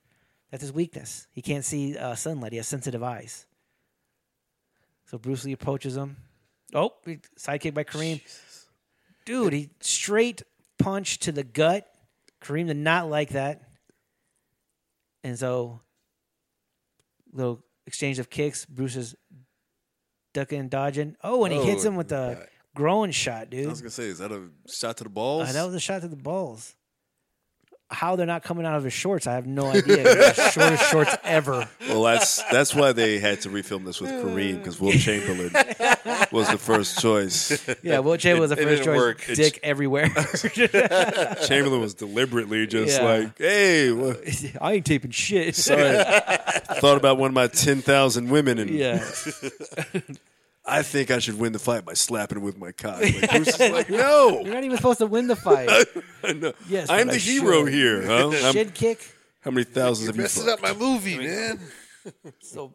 [SPEAKER 1] That's his weakness. He can't see uh, sunlight. He has sensitive eyes. So Bruce Lee approaches him. Oh, he- sidekick by Kareem. Dude, he straight punch to the gut. Kareem did not like that. And so, little exchange of kicks. Bruce is ducking and dodging. Oh, and he hits
[SPEAKER 2] Oh,
[SPEAKER 1] him with
[SPEAKER 2] yeah.
[SPEAKER 1] a groin shot, dude.
[SPEAKER 3] I was gonna say, is that a shot to the balls?
[SPEAKER 1] Uh, that was a shot to the balls. How they're not coming out of his shorts, I have no idea. They're the shortest shorts ever.
[SPEAKER 3] Well, that's that's why they had to refilm this with Kareem because Will Chamberlain was the first choice.
[SPEAKER 1] Yeah, Will Chamberlain was the
[SPEAKER 2] it
[SPEAKER 1] first
[SPEAKER 2] didn't
[SPEAKER 1] choice.
[SPEAKER 2] work.
[SPEAKER 1] Dick everywhere.
[SPEAKER 3] Chamberlain was deliberately just
[SPEAKER 1] Yeah.
[SPEAKER 3] like, hey, wha-
[SPEAKER 1] I ain't taping shit.
[SPEAKER 3] sorry, thought about one of my ten thousand women, and
[SPEAKER 1] Yeah,
[SPEAKER 3] I think I should win the fight by slapping him with my cock. Like, Bruce is like, no,
[SPEAKER 1] you're not even supposed to win the fight.
[SPEAKER 3] no.
[SPEAKER 1] Yes,
[SPEAKER 3] I'm
[SPEAKER 1] but
[SPEAKER 3] the
[SPEAKER 1] I
[SPEAKER 3] hero
[SPEAKER 1] should.
[SPEAKER 3] here. Huh? I'm-
[SPEAKER 1] Shin kick.
[SPEAKER 3] how many thousands of you?
[SPEAKER 2] Messing up
[SPEAKER 3] fucked?
[SPEAKER 2] my movie, man.
[SPEAKER 1] So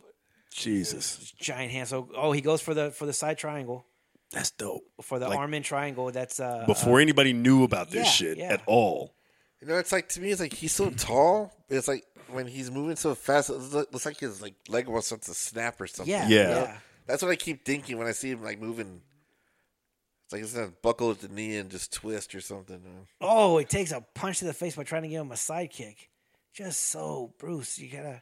[SPEAKER 3] Jesus,
[SPEAKER 1] giant hand. So oh, he goes for the for the side triangle
[SPEAKER 3] that's dope.
[SPEAKER 1] for the
[SPEAKER 3] Like-
[SPEAKER 1] arm in triangle. That's uh,
[SPEAKER 3] Before anybody knew about this
[SPEAKER 1] yeah,
[SPEAKER 3] shit
[SPEAKER 1] yeah.
[SPEAKER 3] at all,
[SPEAKER 2] You know, it's like to me, it's like he's so
[SPEAKER 1] Hmm.
[SPEAKER 2] tall. but It's like when he's moving so fast, it looks looks like his like leg wants to snap or something.
[SPEAKER 1] yeah,
[SPEAKER 3] Yeah.
[SPEAKER 1] yeah.
[SPEAKER 2] That's what I keep thinking when I see him like moving. It's like he's gonna buckle at the knee and just twist or something. man.
[SPEAKER 1] Oh, it takes a punch to the face by trying to give him a side kick. Just so Bruce, you gotta.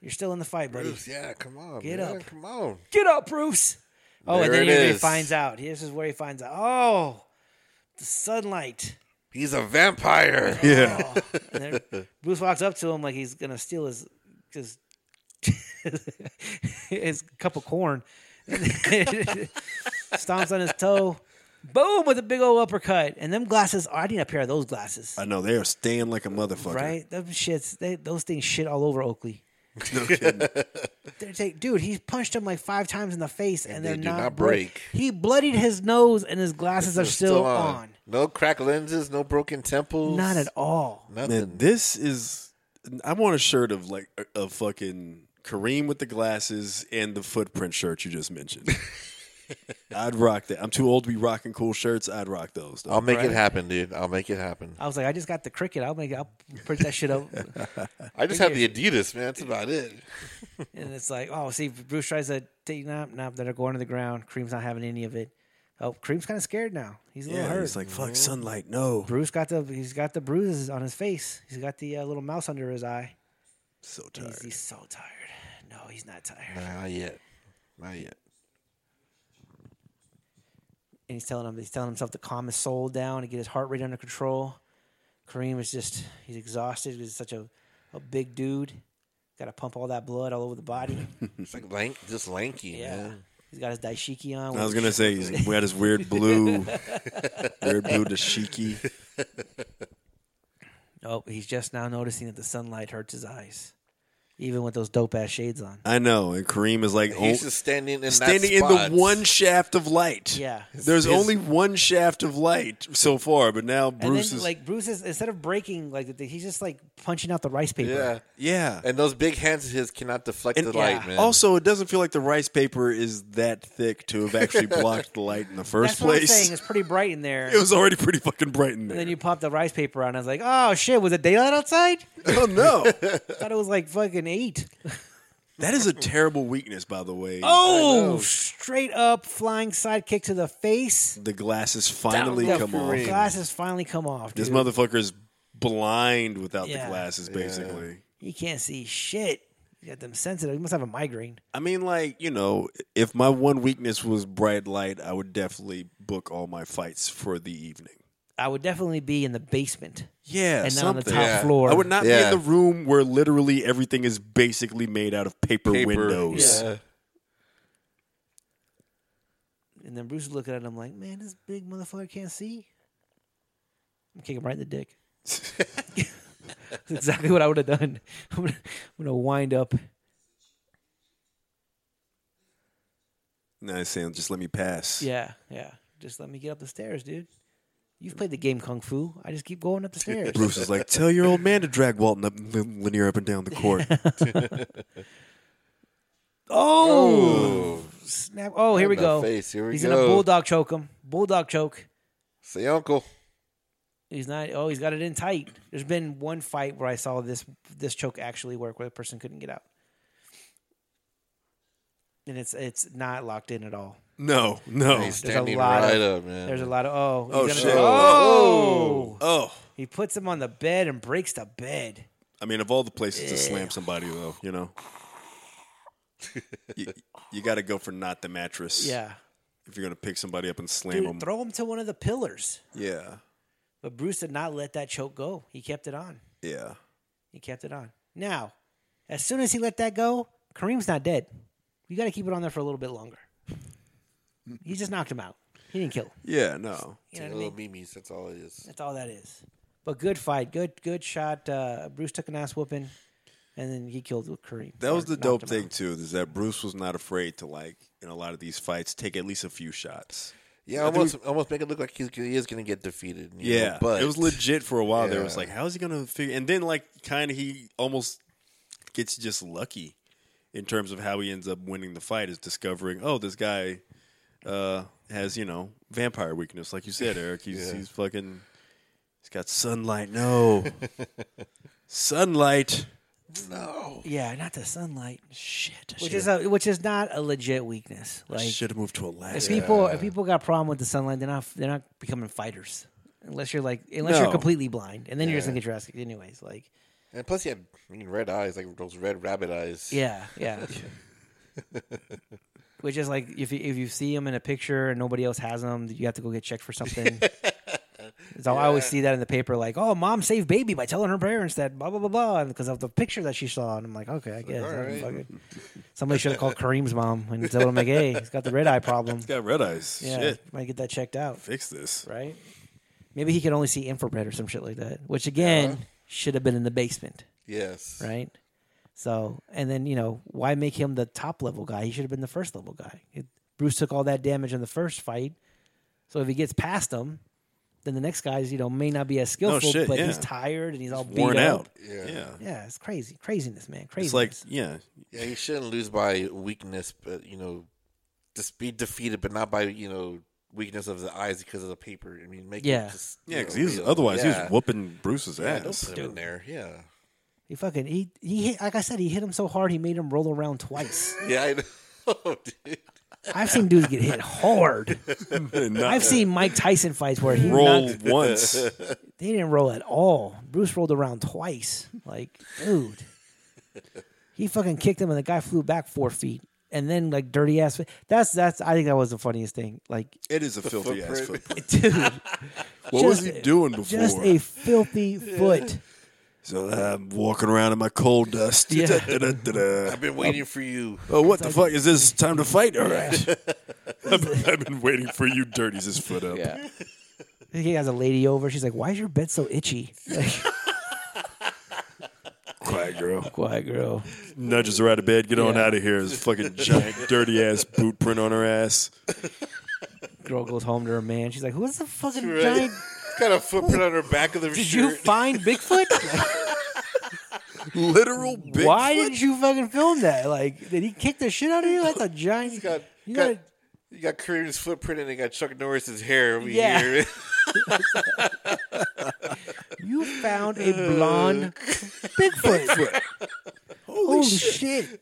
[SPEAKER 1] You're still in the fight, buddy.
[SPEAKER 2] Bruce, yeah, come on,
[SPEAKER 1] Get
[SPEAKER 2] man,
[SPEAKER 1] up.
[SPEAKER 2] come on.
[SPEAKER 1] Get up, Bruce. Oh,
[SPEAKER 2] There
[SPEAKER 1] and then
[SPEAKER 2] it
[SPEAKER 1] he, he
[SPEAKER 2] is.
[SPEAKER 1] finds out. This is where he finds out. Oh, the sunlight.
[SPEAKER 2] He's a vampire.
[SPEAKER 3] yeah,
[SPEAKER 1] And then Bruce walks up to him like he's gonna steal his his, his cup of corn. Stomps on his toe. Boom with a big old uppercut. And them glasses oh, I need a pair of those glasses.
[SPEAKER 3] I know they are staying like a motherfucker.
[SPEAKER 1] Right? Them shits they, those things shit all over Oakley.
[SPEAKER 3] No kidding.
[SPEAKER 1] They're take, dude, he's punched him like five times in the face and,
[SPEAKER 2] they
[SPEAKER 1] they're
[SPEAKER 2] do
[SPEAKER 1] not,
[SPEAKER 2] not
[SPEAKER 1] bro-
[SPEAKER 2] break.
[SPEAKER 1] He bloodied his nose and his glasses are
[SPEAKER 2] They're
[SPEAKER 1] still, on.
[SPEAKER 2] No cracked lenses, no broken temples.
[SPEAKER 1] Not at all.
[SPEAKER 2] Nothing.
[SPEAKER 3] Man, this is. I want a shirt of like a- a fucking Kareem with the glasses and the footprint shirt you just mentioned. I'd rock that. I'm too old to be rocking cool shirts. I'd rock those. though.
[SPEAKER 2] I'll make it happen, dude. I'll make it happen.
[SPEAKER 1] I was like, I just got the cricket. I'll make I'll print that shit up.
[SPEAKER 2] I just have the Adidas, man. That's about it.
[SPEAKER 1] And it's like, oh, see, Bruce tries to take nap, nap. They're going to the ground. Cream's not having any of it. Oh, Cream's kind of scared now. He's a little
[SPEAKER 3] yeah,
[SPEAKER 1] hurt.
[SPEAKER 3] he's like fuck sunlight. No,
[SPEAKER 1] Bruce got the he's got the bruises on his face. He's got the uh, little mouse under his eye.
[SPEAKER 3] so
[SPEAKER 1] He's,
[SPEAKER 3] tired.
[SPEAKER 1] he's so tired. No, he's not tired.
[SPEAKER 2] Not yet. Not yet.
[SPEAKER 1] And he's telling him he's telling himself to calm his soul down and get his heart rate under control. Kareem is just he's exhausted because he's such a, a big dude. Got to pump all that blood all over the body.
[SPEAKER 2] It's like lank, just lanky,
[SPEAKER 1] yeah,
[SPEAKER 2] man.
[SPEAKER 1] he's got his daishiki on.
[SPEAKER 3] I was
[SPEAKER 1] which-
[SPEAKER 3] gonna say he's, we had his weird blue, weird blue dashiki.
[SPEAKER 1] Oh, he's just now noticing that the sunlight hurts his eyes. even with those dope ass shades on.
[SPEAKER 3] I know. And Kareem is like
[SPEAKER 2] He's
[SPEAKER 3] oh-
[SPEAKER 2] just standing in that
[SPEAKER 3] standing in
[SPEAKER 2] spot.
[SPEAKER 3] the one shaft of light.
[SPEAKER 1] Yeah.
[SPEAKER 3] There's
[SPEAKER 2] His-
[SPEAKER 3] only one shaft of light so far, but now
[SPEAKER 1] And
[SPEAKER 3] Bruce
[SPEAKER 1] then
[SPEAKER 3] is
[SPEAKER 1] like Bruce is instead of breaking like the- he's just like punching out the rice paper.
[SPEAKER 2] Yeah.
[SPEAKER 3] yeah.
[SPEAKER 2] And those big hands of his cannot deflect
[SPEAKER 3] And-
[SPEAKER 2] the light,
[SPEAKER 1] Yeah.
[SPEAKER 2] man.
[SPEAKER 3] Also, it doesn't feel like the rice paper is that thick to have actually blocked the light in the first
[SPEAKER 1] That's what I'm
[SPEAKER 3] place.
[SPEAKER 1] saying. It's pretty bright in there.
[SPEAKER 3] it was already pretty fucking bright in
[SPEAKER 1] and
[SPEAKER 3] there.
[SPEAKER 1] then you pop the rice paper on. I was like, oh shit, was it daylight outside?
[SPEAKER 3] oh no,
[SPEAKER 1] I thought it was like fucking eight.
[SPEAKER 3] that is a terrible weakness, by the way.
[SPEAKER 2] I know.
[SPEAKER 1] Oh, straight up flying sidekick to the face.
[SPEAKER 3] the glasses finally
[SPEAKER 1] The
[SPEAKER 3] come
[SPEAKER 2] Kareem.
[SPEAKER 3] off.
[SPEAKER 1] Glasses finally come off.
[SPEAKER 3] This
[SPEAKER 1] dude.
[SPEAKER 3] motherfucker is blind without
[SPEAKER 1] Yeah.
[SPEAKER 3] the glasses, basically.
[SPEAKER 1] He can't see shit. You got them sensitive. He must have a migraine.
[SPEAKER 3] I mean, like you know, if my one weakness was bright light, I would definitely book all my fights for the evening.
[SPEAKER 1] I would definitely be in the basement
[SPEAKER 3] Yeah,
[SPEAKER 1] and not on the
[SPEAKER 3] something.
[SPEAKER 1] top
[SPEAKER 2] Yeah.
[SPEAKER 1] floor.
[SPEAKER 3] I would not be
[SPEAKER 2] Yeah.
[SPEAKER 3] in the room where literally everything is basically made out of paper,
[SPEAKER 2] Paper.
[SPEAKER 3] windows.
[SPEAKER 2] Yeah.
[SPEAKER 1] And then Bruce is looking at him like, man, this big motherfucker can't see. I'm kicking him right in the dick. That's exactly what I would have done. I'm gonna, I'm gonna wind up.
[SPEAKER 3] No, I'm saying just let me pass.
[SPEAKER 1] Yeah, yeah. Just let me get up the stairs, dude. You've played the game Kung Fu. I just keep going up the stairs.
[SPEAKER 3] Bruce is like, tell your old man to drag Walton up lin- linear up and down the court.
[SPEAKER 1] Oh,
[SPEAKER 2] Ooh.
[SPEAKER 1] snap! Oh, here we
[SPEAKER 2] In the
[SPEAKER 1] go.
[SPEAKER 2] Face. Here we
[SPEAKER 1] He's
[SPEAKER 2] go.
[SPEAKER 1] gonna bulldog choke him. Bulldog choke.
[SPEAKER 2] Say, Uncle.
[SPEAKER 1] He's not. Oh, he's got it in tight. There's been one fight where I saw this this choke actually work, where the person couldn't get out, and it's it's not locked in at all.
[SPEAKER 3] no,
[SPEAKER 1] Oh,
[SPEAKER 2] He's
[SPEAKER 3] no.
[SPEAKER 1] there's a
[SPEAKER 2] standing
[SPEAKER 1] lot of-
[SPEAKER 2] right up, man.
[SPEAKER 1] There's a lot of oh.
[SPEAKER 3] Oh,
[SPEAKER 1] he's gonna
[SPEAKER 3] shit.
[SPEAKER 1] go- oh.
[SPEAKER 3] Oh,
[SPEAKER 1] He puts him on the bed and breaks the bed.
[SPEAKER 3] I mean, of all the places to slam somebody, though, you know, you, you got to go for not the mattress.
[SPEAKER 1] Yeah,
[SPEAKER 3] If you're gonna pick somebody up and slam them,
[SPEAKER 1] Dude, throw him to one of the pillars.
[SPEAKER 3] yeah,
[SPEAKER 1] But Bruce did not let that choke go. He kept it on.
[SPEAKER 3] yeah.
[SPEAKER 1] He kept it on. Now, as soon as he let that go, Kareem's not dead. You got to keep it on there for a little bit longer. He just knocked him out. He didn't kill him.
[SPEAKER 3] Yeah, no.
[SPEAKER 1] You know what I
[SPEAKER 2] little
[SPEAKER 1] mean?
[SPEAKER 2] memes. That's all it is.
[SPEAKER 1] That's all that is. But good fight, good good shot. Uh, Bruce took an ass whooping, and then he killed Kareem.
[SPEAKER 3] That
[SPEAKER 1] Or
[SPEAKER 3] was the
[SPEAKER 1] knocked
[SPEAKER 3] dope
[SPEAKER 1] him
[SPEAKER 3] thing
[SPEAKER 1] out.
[SPEAKER 3] too, is that Bruce was not afraid to like in a lot of these fights take at least a few shots.
[SPEAKER 2] Yeah, almost, almost make it look like he's, he is going to get defeated. you know,
[SPEAKER 3] Yeah,
[SPEAKER 2] but
[SPEAKER 3] it was legit for a while. There it was
[SPEAKER 2] Yeah.
[SPEAKER 3] like, how is he gonna figure? And then like, kind of, he almost gets just lucky in terms of how he ends up winning the fight is discovering, oh, this guy uh, has you know vampire weakness, like you said, Eric. He's
[SPEAKER 2] Yeah.
[SPEAKER 3] he's fucking. He's got sunlight. No, sunlight.
[SPEAKER 2] No.
[SPEAKER 1] Yeah, not the sunlight.
[SPEAKER 3] Shit.
[SPEAKER 1] Which is a, which is not a legit weakness. Like
[SPEAKER 3] should have moved to
[SPEAKER 1] if
[SPEAKER 3] Alaska.
[SPEAKER 1] people if people got problem with the sunlight, they're not they're not becoming fighters unless you're like unless
[SPEAKER 3] No.
[SPEAKER 1] you're completely blind, and then you're just
[SPEAKER 2] Yeah.
[SPEAKER 1] gonna get your ass kicked anyways. Like
[SPEAKER 2] And plus, he had I mean, red eyes, like those red rabbit eyes.
[SPEAKER 1] yeah, yeah. Which is like if you, if you see them in a picture and nobody else has them, you have to go get checked for something. so I always see that in the paper, like, "Oh, mom saved baby by telling her parents that blah blah blah blah," because of the picture that she saw. And I'm like, okay, I guess
[SPEAKER 2] all
[SPEAKER 1] I
[SPEAKER 2] right.
[SPEAKER 1] fucking- somebody should have called Kareem's mom and told him like, "Hey, he's got the red eye problem.
[SPEAKER 3] Got red eyes.
[SPEAKER 1] Yeah,
[SPEAKER 3] Shit.
[SPEAKER 1] might get that checked out."
[SPEAKER 3] Fix this.
[SPEAKER 1] right? Maybe he could only see infrared or some shit like that, which again should have been in the basement,
[SPEAKER 2] Yes.
[SPEAKER 1] right? So, and then you know why make him the top level guy? He should have been the first level guy. It, Bruce took all that damage in the first fight, so if he gets past him, then the next guy's you know may not be as skillful,
[SPEAKER 3] shit,
[SPEAKER 1] but
[SPEAKER 3] yeah.
[SPEAKER 1] he's tired and he's all
[SPEAKER 3] Worn
[SPEAKER 1] beat
[SPEAKER 3] out.
[SPEAKER 1] Up.
[SPEAKER 2] Yeah.
[SPEAKER 1] Yeah, it's crazy, craziness, man, craziness.
[SPEAKER 3] It's like, yeah,
[SPEAKER 2] Yeah, he shouldn't lose by weakness, but, you know, just be defeated, but not by, you know, weakness of the eyes because of the paper. I mean, make
[SPEAKER 1] Yeah.
[SPEAKER 2] it just.
[SPEAKER 3] yeah.
[SPEAKER 2] you
[SPEAKER 3] Because
[SPEAKER 2] know,
[SPEAKER 3] he was
[SPEAKER 2] real.
[SPEAKER 3] otherwise he
[SPEAKER 2] Yeah.
[SPEAKER 3] was whooping Bruce's
[SPEAKER 2] Yeah, don't
[SPEAKER 3] ass.
[SPEAKER 2] put him in there. Yeah.
[SPEAKER 1] he fucking he he hit like I said, he hit him so hard he made him roll around twice.
[SPEAKER 2] Yeah, I know. dude.
[SPEAKER 1] I've seen dudes get hit hard.
[SPEAKER 3] Not
[SPEAKER 1] I've seen Mike Tyson fights where he
[SPEAKER 3] roll
[SPEAKER 1] knocked-
[SPEAKER 3] once.
[SPEAKER 1] They didn't roll at all. Bruce rolled around twice. Like, dude. He fucking kicked him and the guy flew back four feet. And then like dirty ass that's that's I think that was the funniest thing. Like
[SPEAKER 3] It is a filthy ass
[SPEAKER 2] footprint.
[SPEAKER 3] footprint.
[SPEAKER 1] dude.
[SPEAKER 3] What was he
[SPEAKER 1] a-
[SPEAKER 3] doing before?
[SPEAKER 1] Just a filthy foot.
[SPEAKER 3] so I'm walking around in my coal dust.
[SPEAKER 1] Yeah.
[SPEAKER 3] Da-da-da-da-da.
[SPEAKER 2] I've been waiting for you.
[SPEAKER 3] Oh, what the fuck is this? Time to fight? All right. I've, been, I've been waiting for you. Dirties his foot up.
[SPEAKER 1] He has a lady over. She's like, Why is your bed so itchy? Like,
[SPEAKER 3] Quack, Quiet girl.
[SPEAKER 1] Quiet girl.
[SPEAKER 3] Nudges her out of bed. Get on
[SPEAKER 1] Yeah.
[SPEAKER 3] out of here. This fucking giant, dirty ass boot print on her ass.
[SPEAKER 1] Girl goes home to her man. She's like, "Who's the fucking
[SPEAKER 2] Right.
[SPEAKER 1] giant?
[SPEAKER 2] Got a footprint on her back of the
[SPEAKER 1] Did you
[SPEAKER 2] shirt.
[SPEAKER 1] find Bigfoot? Like,
[SPEAKER 3] Literal big.
[SPEAKER 1] why didn't you fucking film that? Like, did he kick the shit out of you? That's a giant.
[SPEAKER 2] got,
[SPEAKER 1] you
[SPEAKER 2] got,
[SPEAKER 1] gotta-
[SPEAKER 2] you got Kareem's footprint and they got Chuck Norris's hair over
[SPEAKER 1] Yeah.
[SPEAKER 2] here.
[SPEAKER 1] You found a blonde Bigfoot. Holy, shit.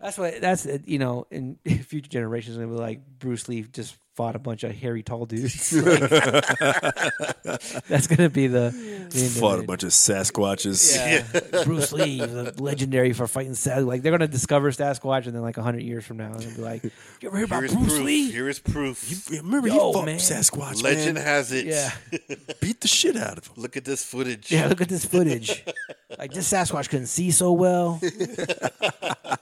[SPEAKER 1] That's what. That's uh, you know. In future generations, they were like Bruce Lee just fought a bunch of hairy tall dudes. Like, that's gonna be the. the end of
[SPEAKER 3] Fought a
[SPEAKER 1] it.
[SPEAKER 3] bunch of Sasquatches.
[SPEAKER 1] Bruce Lee, the legendary for fighting Sasquatch. Like they're gonna discover Sasquatch, and then like hundred years from now, and be like, "You ever hear about
[SPEAKER 2] Here is
[SPEAKER 1] Bruce,
[SPEAKER 2] proof.
[SPEAKER 1] Lee?"
[SPEAKER 2] Here is proof.
[SPEAKER 3] Remember,
[SPEAKER 1] Yo,
[SPEAKER 3] he fought
[SPEAKER 1] man.
[SPEAKER 3] Sasquatch.
[SPEAKER 2] Legend
[SPEAKER 3] man.
[SPEAKER 2] has it.
[SPEAKER 1] yeah,
[SPEAKER 3] beat the shit out of him.
[SPEAKER 2] Look at this footage.
[SPEAKER 1] yeah. Look at this footage. Like this Sasquatch couldn't see so well,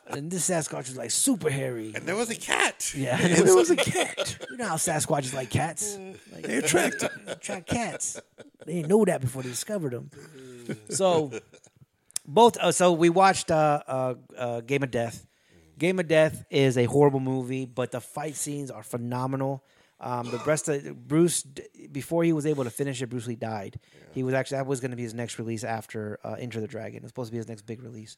[SPEAKER 1] and this Sasquatch was like super hairy.
[SPEAKER 2] And there was a cat.
[SPEAKER 1] Yeah,
[SPEAKER 3] And there was a cat.
[SPEAKER 1] You know how Sasquatch is like cats? Like,
[SPEAKER 3] They attract him.
[SPEAKER 1] attract cats. They didn't know that before they discovered them. So, both. Uh, so we watched uh, uh, uh, Game of Death. Game of Death is a horrible movie, but the fight scenes are phenomenal. Um, the rest of Bruce, d- before he was able to finish it, Bruce Lee died. He was actually that was going to be his next release after uh, Enter the Dragon. It was supposed to be his next big release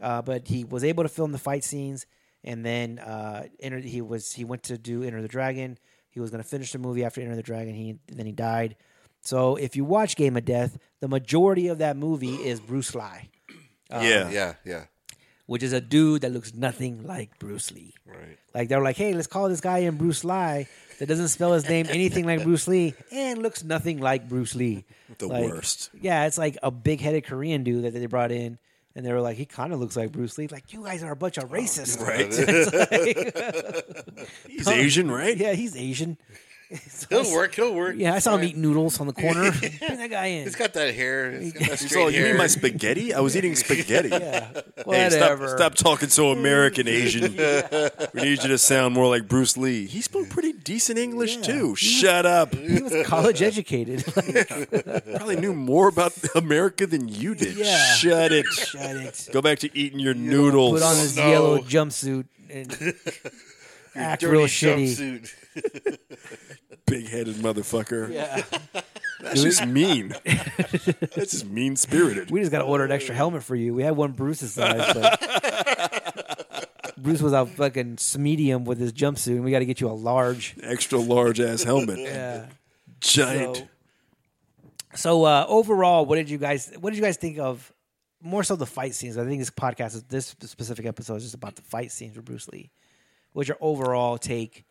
[SPEAKER 1] uh, but he was able to film the fight scenes, and then uh, enter, he was he went to do Enter the Dragon. He was going to finish the movie after Enter the Dragon. He then he died. So if you watch Game of Death, the majority of that movie is Bruce Lee, Uh,
[SPEAKER 3] yeah.
[SPEAKER 2] Yeah, yeah.
[SPEAKER 1] which is a dude that looks nothing like Bruce Lee.
[SPEAKER 2] Right.
[SPEAKER 1] Like they were like, hey, let's call this guy in Bruce Lee that doesn't spell his name anything like Bruce Lee and looks nothing like Bruce Lee.
[SPEAKER 3] The
[SPEAKER 1] Like,
[SPEAKER 3] worst.
[SPEAKER 1] Yeah, it's like a big headed Korean dude that they brought in, and they were like, he kind of looks like Bruce Lee. Like you guys are a bunch of racists,
[SPEAKER 3] Right?
[SPEAKER 1] It's like-
[SPEAKER 3] He's Asian, right?
[SPEAKER 1] yeah, he's Asian. It's
[SPEAKER 2] He'll
[SPEAKER 1] like-
[SPEAKER 2] work. He'll work.
[SPEAKER 1] Yeah, I saw him eat noodles on the corner. Bring that guy in.
[SPEAKER 2] He's got that hair. He's got that
[SPEAKER 3] He's
[SPEAKER 2] straight
[SPEAKER 3] all, you
[SPEAKER 2] hair.
[SPEAKER 3] mean my spaghetti? I was eating spaghetti.
[SPEAKER 1] yeah,
[SPEAKER 3] Hey, stop,
[SPEAKER 1] whatever.
[SPEAKER 3] stop talking so American Asian. We need you to sound more like Bruce Lee. He spoke pretty decent English, too. Shut up.
[SPEAKER 1] He was college educated. Like,
[SPEAKER 3] Probably knew more about America than you did.
[SPEAKER 1] Yeah.
[SPEAKER 3] Shut it.
[SPEAKER 1] shut it.
[SPEAKER 3] Go back to eating your noodles.
[SPEAKER 1] Put on his
[SPEAKER 2] Oh, No.
[SPEAKER 1] yellow jumpsuit and act
[SPEAKER 2] Dirty
[SPEAKER 1] real shitty.
[SPEAKER 2] jumpsuit.
[SPEAKER 3] Big headed motherfucker.
[SPEAKER 1] Yeah.
[SPEAKER 3] That's just mean. That's just mean spirited.
[SPEAKER 1] We just got to order an extra helmet for you. We had one Bruce's size, but Bruce was out fucking medium with his jumpsuit, and we got to get you a large.
[SPEAKER 3] Extra large ass helmet.
[SPEAKER 1] Yeah.
[SPEAKER 3] Giant.
[SPEAKER 1] So- So uh, overall, what did you guys? What did you guys think of? More so the fight scenes. I think this podcast, is, this specific episode, is just about the fight scenes with Bruce Lee. What's your overall take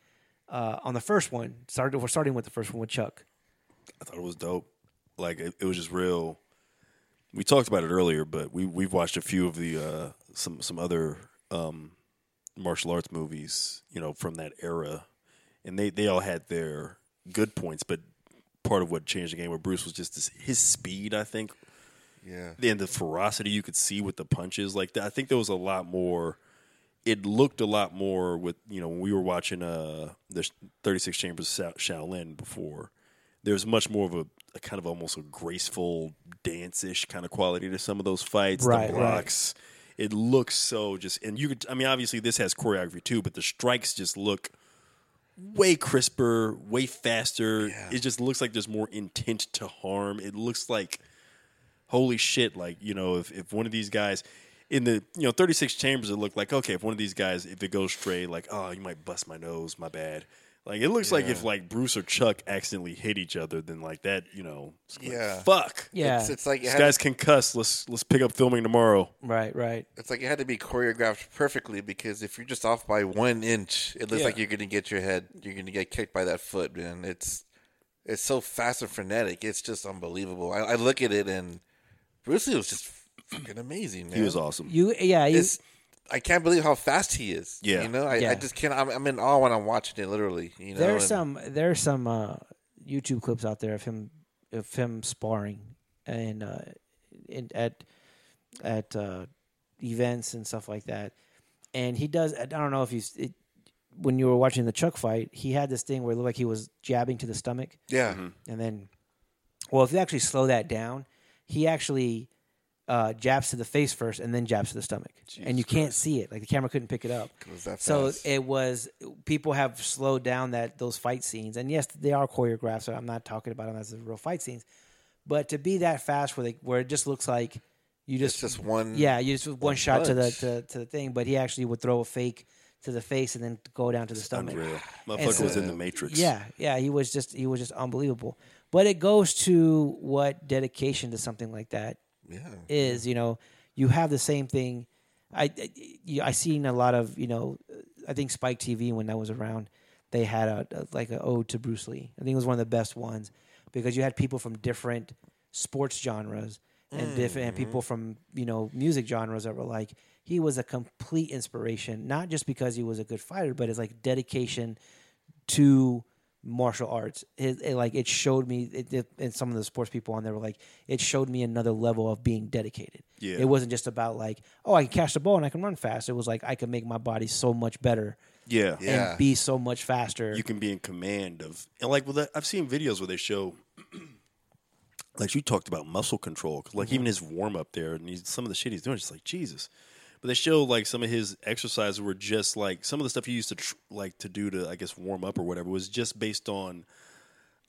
[SPEAKER 1] uh, on the first one? Started. We're starting with the first one with Chuck.
[SPEAKER 3] I thought it was dope. Like it, it was just real. We talked about it earlier, but we we've watched a few of the uh, some some other um, martial arts movies, you know, from that era, and they they all had their good points. But part of what changed the game with Bruce was just this, his speed. I think
[SPEAKER 2] Yeah.
[SPEAKER 3] and the ferocity you could see with the punches. Like I think there was a lot more. It looked a lot more with you know when we were watching uh the Thirty Six Chambers of Sha- Shaolin before. There's much more of a, a kind of almost a graceful dance ish kind of quality to some of those fights,
[SPEAKER 1] Right,
[SPEAKER 3] the
[SPEAKER 1] right.
[SPEAKER 3] blocks. It looks so just, and you could. I mean, obviously this has choreography too, but the strikes just look way crisper, way faster. It just looks like there's more intent to harm. It looks like holy shit, like, you know, if, if one of these guys in the you know, thirty six chambers it looked like, okay, if one of these guys if it goes stray, like, oh, you might bust my nose, my bad. Like it looks like if like Bruce or Chuck accidentally hit each other, then like that, you know, it's like,
[SPEAKER 2] Yeah.
[SPEAKER 3] fuck.
[SPEAKER 1] Yeah.
[SPEAKER 2] It's, it's like it
[SPEAKER 3] This
[SPEAKER 2] had,
[SPEAKER 3] guy's concussed. Let's let's pick up filming tomorrow.
[SPEAKER 1] Right. Right.
[SPEAKER 2] it's like it had to be choreographed perfectly because if you're just off by one inch, it looks
[SPEAKER 3] Yeah.
[SPEAKER 2] like you're gonna get your head. You're gonna get kicked by that foot, man. It's it's so fast and frenetic. It's just unbelievable. I, I look at it and Bruce Lee was just fucking amazing. Man.
[SPEAKER 3] He was awesome.
[SPEAKER 1] You. Yeah. You,
[SPEAKER 2] It's, I can't believe how fast he is.
[SPEAKER 3] Yeah.
[SPEAKER 2] you know, I,
[SPEAKER 1] Yeah.
[SPEAKER 2] I just can't. I'm, I'm in awe when I'm watching it. Literally, you know.
[SPEAKER 1] There's
[SPEAKER 2] Oh, and-
[SPEAKER 1] some there's some uh, YouTube clips out there of him of him sparring and uh, in, at at uh, events and stuff like that. And he does. I don't know if you s- it, when you were watching the Chuck fight, he had this thing where it looked like he was jabbing to the stomach,
[SPEAKER 3] Mm-hmm.
[SPEAKER 2] Yeah,
[SPEAKER 1] and then, well, if you actually slow that down, he actually uh, jabs to the face first and then jabs to the stomach, and you can't see it. Like the camera couldn't pick it up.
[SPEAKER 2] was that
[SPEAKER 1] so
[SPEAKER 2] fast.
[SPEAKER 1] it was people have slowed down that those fight scenes, and yes, they are choreographed. So I'm not talking about them as the real fight scenes, but to be that fast where they where it just looks like you just
[SPEAKER 2] It's just one.
[SPEAKER 1] yeah, you just one,
[SPEAKER 2] one
[SPEAKER 1] shot to the
[SPEAKER 2] punch.
[SPEAKER 1] to, to the thing, but he actually would throw a fake to the face and then go down to the stomach.
[SPEAKER 3] Unreal.
[SPEAKER 1] It's
[SPEAKER 3] Motherfucker
[SPEAKER 1] a-
[SPEAKER 3] was in the Matrix.
[SPEAKER 1] Yeah, yeah, he was just he was just unbelievable. But it goes to what dedication to something like that
[SPEAKER 2] Yeah.
[SPEAKER 1] is. You know, you have the same thing. I I, you- I seen a lot of you know, I think Spike TV when that was around, they had a, a- like an ode to Bruce Lee. I think it was one of the best ones because you had people from different sports genres and
[SPEAKER 2] Mm-hmm.
[SPEAKER 1] different and people from you know music genres that were like he was a complete inspiration not just because he was a good fighter but it's like dedication to martial arts. It, it, like it showed me, it, it- and some of the sports people on there were like, it showed me another level of being dedicated.
[SPEAKER 3] Yeah.
[SPEAKER 1] It wasn't just about like, oh, I can catch the ball and I can run fast. It was like I can make my body so much better
[SPEAKER 3] Yeah.
[SPEAKER 2] Yeah.
[SPEAKER 1] and be so much faster.
[SPEAKER 3] You can be in command of, and like with that, I've seen videos where they show, like you talked about muscle control, 'cause, like even his warm up there and he's, some of the shit he's doing, it's just like Jesus. But they show like some of his exercises were just like some of the stuff he used to tr- like to do to I guess warm up or whatever was just based on.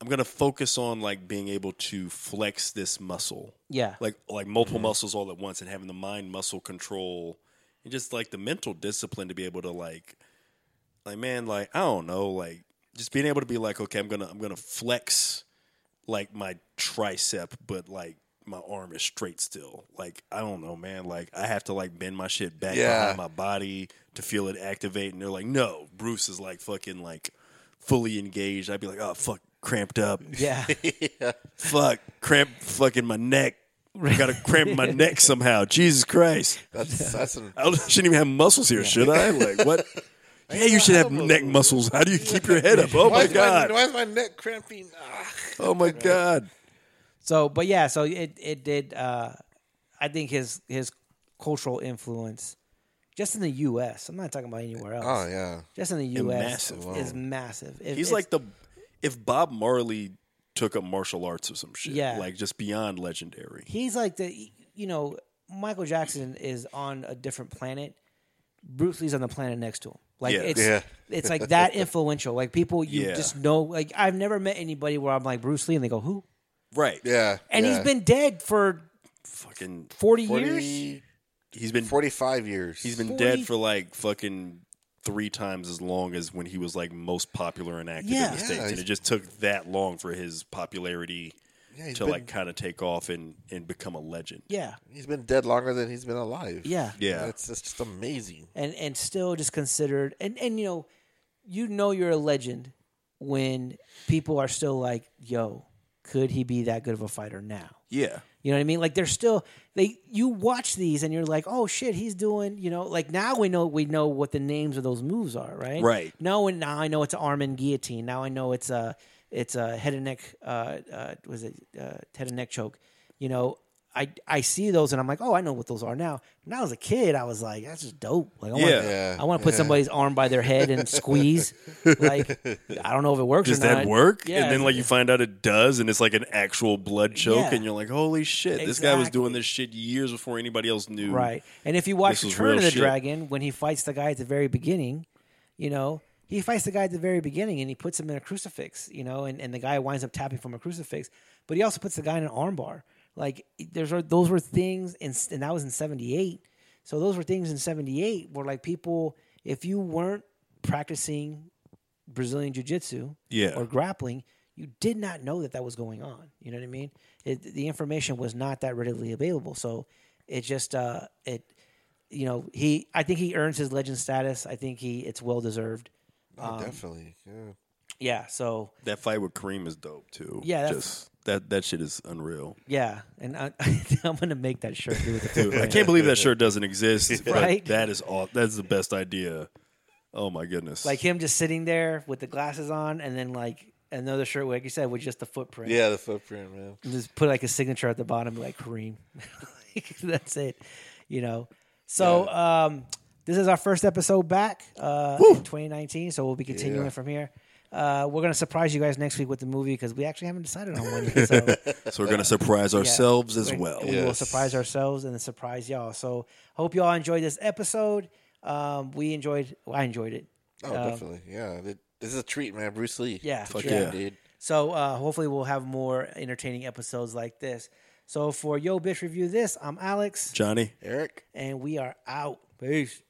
[SPEAKER 3] I'm gonna focus on like being able to flex this muscle
[SPEAKER 1] yeah.
[SPEAKER 3] like like multiple muscles all at once and having the mind muscle control and just like the mental discipline to be able to like like man like i don't know like just being able to be like okay i'm gonna i'm gonna flex like my tricep but like my arm is straight still like i don't know man like i have to like bend my shit back
[SPEAKER 2] Yeah.
[SPEAKER 3] behind my body to feel it activate and they're like no bruce is like fucking like fully engaged i'd be like oh fuck cramped up
[SPEAKER 1] yeah.
[SPEAKER 3] fuck, cramp fucking my neck. I gotta cramp my neck somehow. Jesus Christ.
[SPEAKER 2] That's that's an.
[SPEAKER 3] I shouldn't even have muscles here, should I? Like, what? Yeah, you should have neck muscles. How do you keep your head up? Oh
[SPEAKER 2] Why
[SPEAKER 3] my
[SPEAKER 2] is My,
[SPEAKER 3] God.
[SPEAKER 2] why is my neck cramping? Ah.
[SPEAKER 3] Oh my God.
[SPEAKER 1] So, but yeah, so it it did. Uh, I think his his cultural influence, just in the U.S. I'm not talking about anywhere else.
[SPEAKER 2] Oh yeah.
[SPEAKER 1] Just in the U.S.
[SPEAKER 3] massive.
[SPEAKER 1] is massive. If
[SPEAKER 3] He's
[SPEAKER 1] it's-
[SPEAKER 3] like the, if Bob Marley took up martial arts or some shit,
[SPEAKER 1] Yeah.
[SPEAKER 3] like just beyond legendary.
[SPEAKER 1] he's like the you know Michael Jackson is on a different planet. Bruce Lee's on the planet next to him. Like
[SPEAKER 3] Yeah.
[SPEAKER 1] it's
[SPEAKER 2] Yeah.
[SPEAKER 1] it's like that influential. Like people you
[SPEAKER 3] Yeah.
[SPEAKER 1] just know. Like I've never met anybody where I'm like Bruce Lee and they go who?
[SPEAKER 3] Right.
[SPEAKER 2] Yeah.
[SPEAKER 1] And
[SPEAKER 2] yeah.
[SPEAKER 1] he's been dead for
[SPEAKER 3] Fucking,
[SPEAKER 1] forty,
[SPEAKER 2] 40,
[SPEAKER 1] years.
[SPEAKER 3] he's been,
[SPEAKER 2] 45 years.
[SPEAKER 3] he's been
[SPEAKER 1] 40
[SPEAKER 3] dead for like fucking three times as long as when he was like most popular and active
[SPEAKER 1] Yeah.
[SPEAKER 3] in the
[SPEAKER 1] Yeah,
[SPEAKER 3] States. And
[SPEAKER 2] he's-
[SPEAKER 3] it just took that long for his popularity
[SPEAKER 2] yeah, he's
[SPEAKER 3] to
[SPEAKER 2] been,
[SPEAKER 3] like kind of take off and and become a legend.
[SPEAKER 1] Yeah,
[SPEAKER 2] he's been dead longer than he's been alive.
[SPEAKER 1] yeah,
[SPEAKER 3] Yeah.
[SPEAKER 2] That's that's just amazing.
[SPEAKER 1] and and still just considered and and you know you know you're a legend when people are still like yo could he be that good of a fighter now
[SPEAKER 3] Yeah.
[SPEAKER 1] You know what I mean? Like they're still they you watch these and you're like, oh shit, he's doing you know like now we know we know what the names of those moves are, right?
[SPEAKER 3] Right.
[SPEAKER 1] No, and now I know it's an arm and guillotine. Now I know it's a it's a head and neck uh, uh was it uh, head and neck choke. You know, I I see those and I'm like, oh, I know what those are now. When I was a kid, I was like, that's just dope. Like I want
[SPEAKER 3] Yeah.
[SPEAKER 2] Yeah.
[SPEAKER 1] I want to put somebody's arm by their head and squeeze. like I don't know if it works.
[SPEAKER 3] Does
[SPEAKER 1] or
[SPEAKER 3] that
[SPEAKER 1] not.
[SPEAKER 3] work?
[SPEAKER 1] Yeah.
[SPEAKER 3] And then like you find out it does, and it's like an actual blood choke,
[SPEAKER 1] Yeah.
[SPEAKER 3] and you're like, holy shit, this guy was
[SPEAKER 1] Exactly.
[SPEAKER 3] doing this shit years before anybody else knew.
[SPEAKER 1] Right. And if you watch
[SPEAKER 3] This is
[SPEAKER 1] Return
[SPEAKER 3] real
[SPEAKER 1] of the
[SPEAKER 3] shit.
[SPEAKER 1] Dragon, when he fights the guy at the very beginning, you know, he fights the guy at the very beginning and he puts him in a crucifix, you know, and, and the guy winds up tapping from a crucifix, but he also puts the guy in an armbar. Like there's are those were things in, and that was in 78. So those were things in 78 where like people if you weren't practicing Brazilian jiu-jitsu
[SPEAKER 3] Yeah.
[SPEAKER 1] or grappling, you did not know that that was going on. You know what I mean? It, the information was not that readily available. So it just uh, it you know he I think he earns his legend status. I think he it's well deserved. Um,
[SPEAKER 2] Oh, definitely. Yeah.
[SPEAKER 1] Yeah. So
[SPEAKER 3] That fight with Kareem is dope too.
[SPEAKER 1] Yeah, that's-
[SPEAKER 3] Just that that shit is unreal.
[SPEAKER 1] yeah, and I, I'm gonna make that shirt do with the
[SPEAKER 3] Dude, I can't believe that shirt doesn't exist. but
[SPEAKER 1] Right?
[SPEAKER 3] that is all. That's the best idea. Oh my goodness.
[SPEAKER 1] like him just sitting there with the glasses on, and then like another shirt, like you said, with just the footprint.
[SPEAKER 2] Yeah, the footprint, man.
[SPEAKER 1] just put like a signature at the bottom, like Kareem. Like, that's it, you know. So um, this is our first episode back uh, in 2019. So we'll be continuing
[SPEAKER 2] Yeah.
[SPEAKER 1] from here. Uh, we're gonna surprise you guys next week with the movie because we actually haven't decided on when. yet, so
[SPEAKER 3] So we're gonna surprise ourselves as
[SPEAKER 1] we're-
[SPEAKER 3] well.
[SPEAKER 1] We will
[SPEAKER 2] Yes.
[SPEAKER 1] surprise ourselves and then surprise y'all. So hope y'all enjoyed this episode. Um, we enjoyed. well, I enjoyed it.
[SPEAKER 2] Oh, definitely. Yeah. It, this is a treat, man. Bruce Lee.
[SPEAKER 1] Um, Yeah.
[SPEAKER 2] It's a
[SPEAKER 1] Fuck
[SPEAKER 2] treat,
[SPEAKER 3] yeah.
[SPEAKER 2] dude.
[SPEAKER 1] So uh, hopefully we'll have more entertaining episodes like this. So for Yo Bitch Review This, I'm Alex,
[SPEAKER 3] Johnny.
[SPEAKER 2] Eric.
[SPEAKER 1] and we are out. Peace.